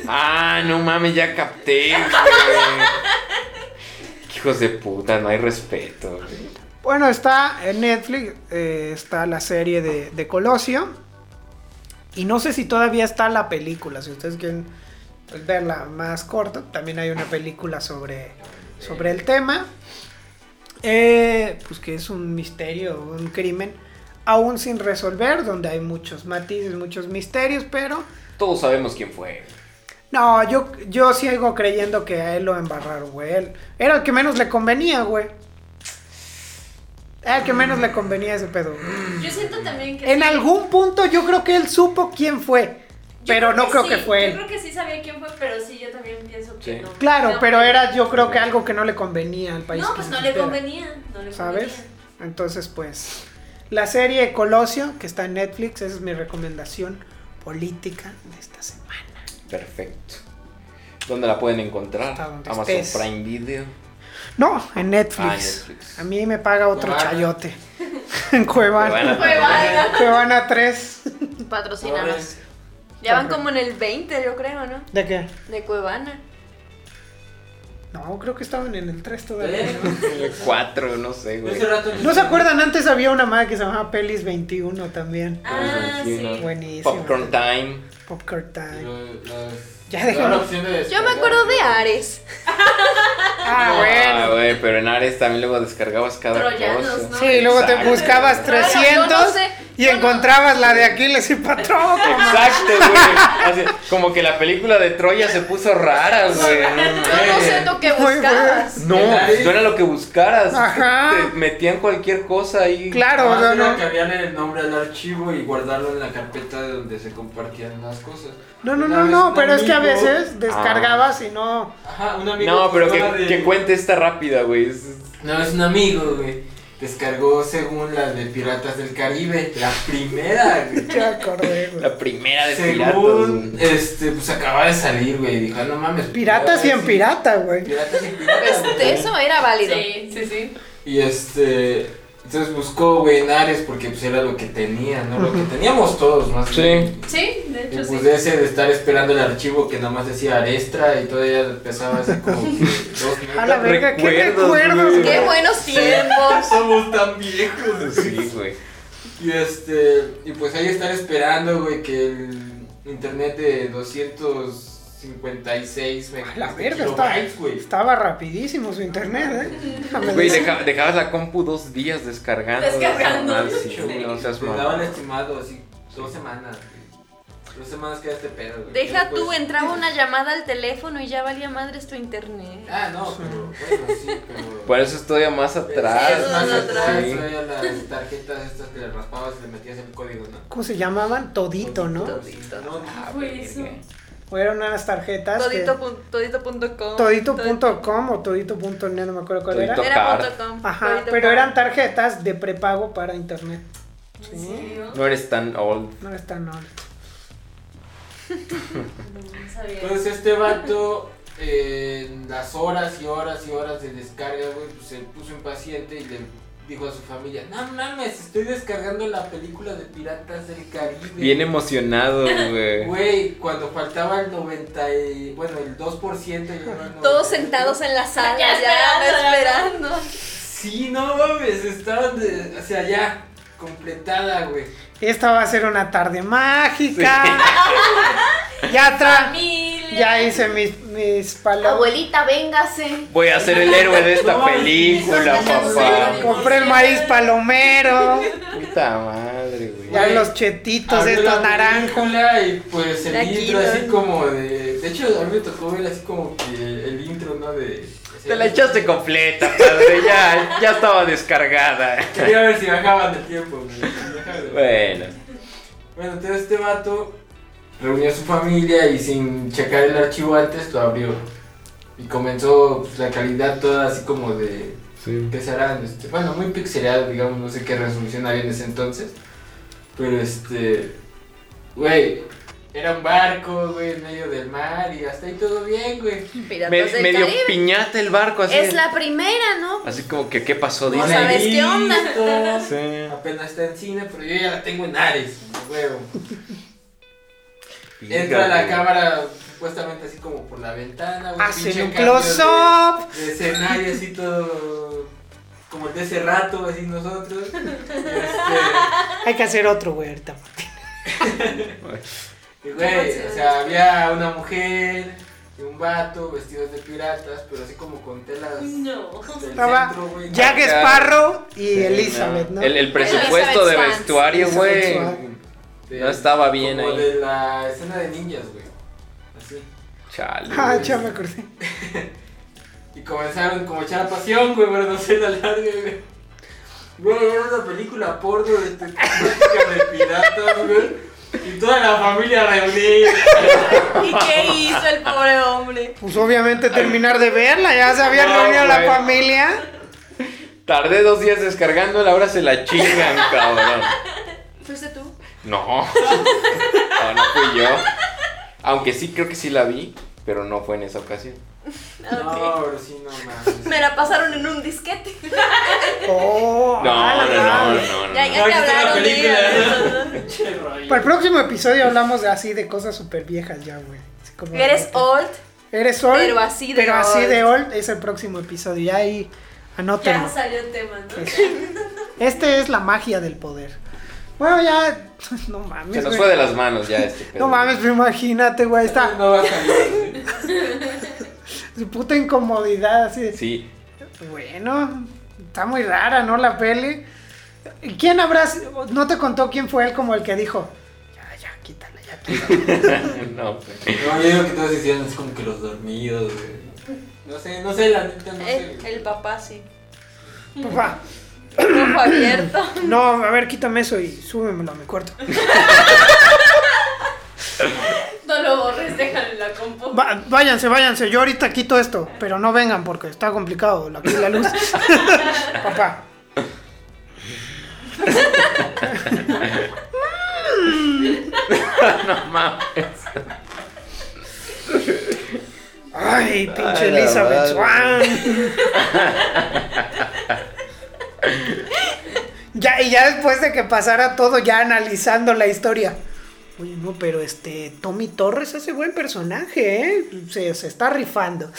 Ah, no mames, ya capté, güey. Hijos de puta, no hay respeto, güey.
Bueno, está en Netflix, eh, está la serie de, de Colosio. Y no sé si todavía está la película, si ustedes quieren pues, verla más corta. También hay una película sobre, sobre el tema. Eh, pues que es un misterio, un crimen aún sin resolver, donde hay muchos matices, muchos misterios, pero...
Todos sabemos quién fue.
No, yo, yo sigo creyendo que a él lo embarraron, güey. Él- era el que menos le convenía, güey. Era el que menos le convenía ese pedo. güey.
Yo siento también que.
En
sí.
algún punto yo creo que él supo quién fue,
Yo
pero no creo
sí,
que fue
Yo creo
él.
que sí sabía quién fue, pero sí, yo también pienso que
Sí.
no.
Claro,
No,
pero era yo creo que algo que no le convenía al país.
No,
que
pues
se
no le
supiera,
convenía. No le
¿Sabes?
convenía.
Entonces, pues, la serie Colosio, que está en Netflix, esa es mi recomendación política de esta semana.
Perfecto. ¿Dónde la pueden encontrar?
Hasta donde
Amazon
estés.
Prime Video.
No, en Netflix.
Ah, en Netflix.
A mí me paga otro
Cuevana.
chayote. en Cuevana.
Cuevana.
Pues vaya.
Cuevana 3.
Patrocínanos. Ya van como en el 20, yo creo, ¿no?
¿De qué?
De Cuevana.
No, creo que estaban en el 3 todavía. ¿no?
¿Eh?
Cuatro, no sé, güey.
Ese rato
¿No se acuerdan? Antes había una madre que se llamaba Pelis 21 también.
Ah, sí.
Buenísimo.
Popcorn Time.
Popcorn Time. Ya
Ya
déjalo.
Yo me acuerdo de Ares.
Ah,
Ah,
bueno.
güey, pero en Ares también luego descargabas cada
Troyanos,
cosa.
¿no?
Sí, luego te
Exacto.
buscabas
Bueno, yo
300
no sé,
y
yo no-
encontrabas la de Aquiles y Patrón.
Exacto, güey. Así, como que la película de Troya se puso rara, güey. No,
Yo
Eh,
no sé tú qué
Muy
buscabas.
No, pues, no era lo que buscaras.
Ajá.
Te metían cualquier cosa ahí.
Claro,
ah,
o sea, no.
cambiar el nombre del archivo y guardarlo en la carpeta de donde se compartían las cosas.
No, no,
Una
no,
vez
no,
un
pero es que a
amigo-
veces descargabas y no.
Ajá, un amigo.
No, pero
postó la
que,
de-
que cuente esta rápida, güey. Es- es-
No, es un amigo, güey. Descargó según la de Piratas del Caribe, la primera, güey.
Ya acordé, güey.
La primera de piratas.
Según,
güey.
este, pues acaba de salir, güey. Dijo, "Ah, no mames.
Piratas y en
piratas.
pirata, güey.
Piratas y en
Pues,
piratas. güey".
Este, eso era válido.
Sí, sí, sí.
Y este. Entonces buscó, güey, en Ares porque pues era lo que tenía, ¿no? Lo que teníamos todos, más
Sí.
bien.
Sí, de
Y
hecho sí.
pues de ese de estar esperando el archivo que nada más decía Arestra y todavía pesaba así como que dos
A la
minutos.
verga, qué
Recuerdos,
recuerdos,
güey.
Qué
güey.
buenos tiempos.
Somos tan viejos.
Sí, güey.
Y este, y pues ahí estar esperando, güey, que el internet de 256
A
megas.
La verga, estaba,
kilobytes, güey.
estaba rapidísimo su internet, ¿eh? Déjame
Güey,
decir.
deja- dejabas la compu dos días descargando.
Descargando.
Ah, sí, no seas
Te
mamón.
daban estimado así dos semanas. güey. Dos semanas queda este pedo, güey.
Deja
Después-
tú, entraba una llamada al teléfono y ya valía madres tu internet.
Ah, no, pero bueno, sí, pero.
Por eso estoy más atrás.
Sí,
Es más
no, no,
atrás,
sí.
traía las tarjetas estas que le raspabas y le metías el código, ¿no?
Ah,
¿Cómo se llamaban? Todito, ¿no?
No, Ah,
Fue eso.
Fueron unas tarjetas. Ah, que-
Todito.com. Todito.com.
Todito.com o todito.net, no me acuerdo cuál era.
Todito.
Era
Tocar.
punto com,
Ajá,
todito
pero
com.
eran tarjetas de prepago para internet.
¿En serio?
No eres tan old.
No está no.
No sabía.
Entonces este vato, eh, en las horas y horas y horas de descarga, güey, pues se puso impaciente y le dijo a su familia, no mames, estoy descargando la película de Piratas del Caribe.
Bien emocionado, güey.
Güey, cuando faltaba el 90, y, bueno, el 2%. llegaba al
Todos
92.
sentados en la sala, ya,
Ya esperando,
esperando.
Sí, no mames, estaban de, hacia allá, completada, güey.
Esta va a ser una tarde mágica. ya tra
Familia.
ya hice mis, mis palabras.
Abuelita, véngase.
Voy a ser el héroe de esta
No,
película,
sí, sí,
papá.
Compré el maíz palomero.
Puta madre, güey.
Ya
Güey,
los chetitos
Abrió
estos
la
naranjos.
película Y pues el
La
intro
quitan.
así como de... De hecho, a mí me tocó ver así como que el intro, ¿no? De...
Te la echaste completa, padre. Ya, ya estaba descargada.
Quería ver si bajaban el tiempo, güey. si bajaban de-
Bueno.
Bueno, entonces este vato reunió a su familia y sin checar el archivo antes lo abrió. Y comenzó pues, la calidad toda así como de... que serán, este, bueno, muy pixelado, digamos, no sé qué resolución había en ese entonces. Pero este, güey, era un barco, güey, en medio del mar y hasta ahí todo bien, güey.
Piratas
Me-
del
medio
Caribe.
piñata el barco, así.
Es la primera, ¿no?
Así como que, ¿qué pasó,
No
Disney?
sabes qué onda.
Bonito,
Sí.
Apenas está en cine, pero yo ya la tengo en Ares, huevo. Entra la cámara supuestamente así como por la ventana, güey.
Hacen
pinche
un
cambio
close-up.
De, de escenario así todo como el de ese rato, así nosotros. Este,
Hay que hacer otro, güey, ahorita.
Y, Güey, o sea, había una mujer y un vato vestidos de piratas, pero así como con telas
No.
del
Estaba
centro, güey.
Jack
Acá.
Sparrow y
Sí,
Elizabeth, ¿no?
El, el presupuesto
Elizabeth
de
Spence.
vestuario, güey.
Elizabeth
De-
no estaba bien
como
ahí.
de la escena de ninjas, güey. Así.
Chale.
Ah,
güey.
ya me acordé.
Y comenzaron como a echar pasión, güey, pero no se la larga, güey. Güey, era una película porno de temática de piratas, güey. Y toda la familia reunida.
¿Y qué hizo el pobre hombre?
Pues obviamente terminar de verla, ya se había
No,
reunido la
güey.
familia.
Tardé dos días descargándola, ahora se la chingan, cabrón.
¿Fuiste tú?
No. No, no fui yo. Aunque sí creo que sí la vi, pero no fue en esa ocasión.
No, pero sí, no mames.
Me la pasaron en un disquete.
Oh,
No, no, no, no, no.
Ya,
no.
ya te hablaron de ella.
Che, rollo.
Para el próximo episodio hablamos de- así de cosas súper viejas ya, güey. Así como-
Eres old.
Eres old.
pero así de
pero así
old.
de old es el próximo episodio. Ya ahí
Ya
anótenlo.
salió el tema, ¿no?
Eso. Este es la magia del poder. Bueno, ya. No mames.
Se nos
güey.
fue de las manos ya este pedo.
No mames, pero imagínate, güey. Esta
No va a salir.
su puta incomodidad así de-
Sí,
Bueno, está muy rara, ¿no? La peli. ¿Y ¿Quién habrás.? No te contó quién fue él como el que dijo. Ya, ya, quítala, ya, quítala.
no. güey.
No, pues. yo digo que todos hicieron así como que los dormidos, güey. No sé, no sé, la neta, no sé.
eh, El, el papá, sí.
Papá.
Ojo abierto.
Pues No, a ver, quítame eso y súbemelo a mi cuarto.
No lo borres, déjalo en la compu.
Va- váyanse, váyanse, yo ahorita quito esto, pero no vengan porque está complicado la- aquí la luz. Papá.
No mames.
Ay, pinche
Ay, la
Elizabeth
madre.
Swan. ya, y ya después de que pasara todo, ya analizando la historia. Oye, no, pero este, Tommy Torres hace buen personaje, ¿eh? Se, se está rifando.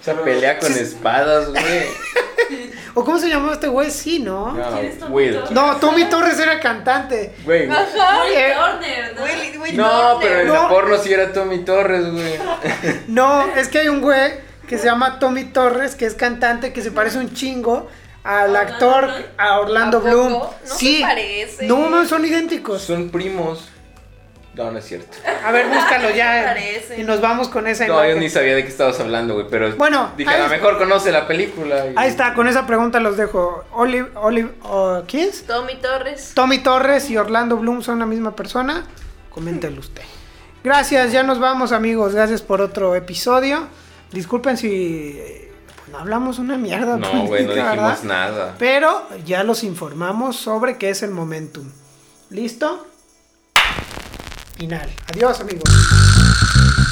Esa pelea con espadas, güey.
¿O cómo se llamaba este güey? Sí, ¿no?
No,
¿Quién es Tommy
Will.
Torres?
No, Tommy Torres era cantante.
Güey.
Will
Eh,
Turner, ¿no?
Willy- Willy
No,
Turner.
pero en
No.
la porno sí era Tommy Torres, güey.
No, es que hay un güey que se llama Tommy Torres, que es cantante, que se parece un chingo al
Orlando
actor,
Bloom.
a Orlando
¿A poco?
Bloom.
No se parece.
No, no, son idénticos.
Son primos. No, no es cierto.
A ver, búscalo ya.
Se parecen.
Y nos vamos con esa
No, yo
imagen.
ni sabía de qué estabas hablando, güey, pero
Bueno,
dije,
ahí
a lo
está.
mejor conoce la película. y-
Ahí está, con esa pregunta los dejo. Olive, Olive, oh, ¿quién es?
Tommy Torres.
Tommy Torres y Orlando Bloom son la misma persona. Coméntelo usted. Gracias, ya nos vamos amigos. Gracias por otro episodio. Disculpen si eh, pues, no hablamos una mierda.
No, güey, no
política,
dijimos
¿verdad?
nada.
Pero ya los informamos sobre qué es el momentum. ¿Listo? Final. Adiós amigos.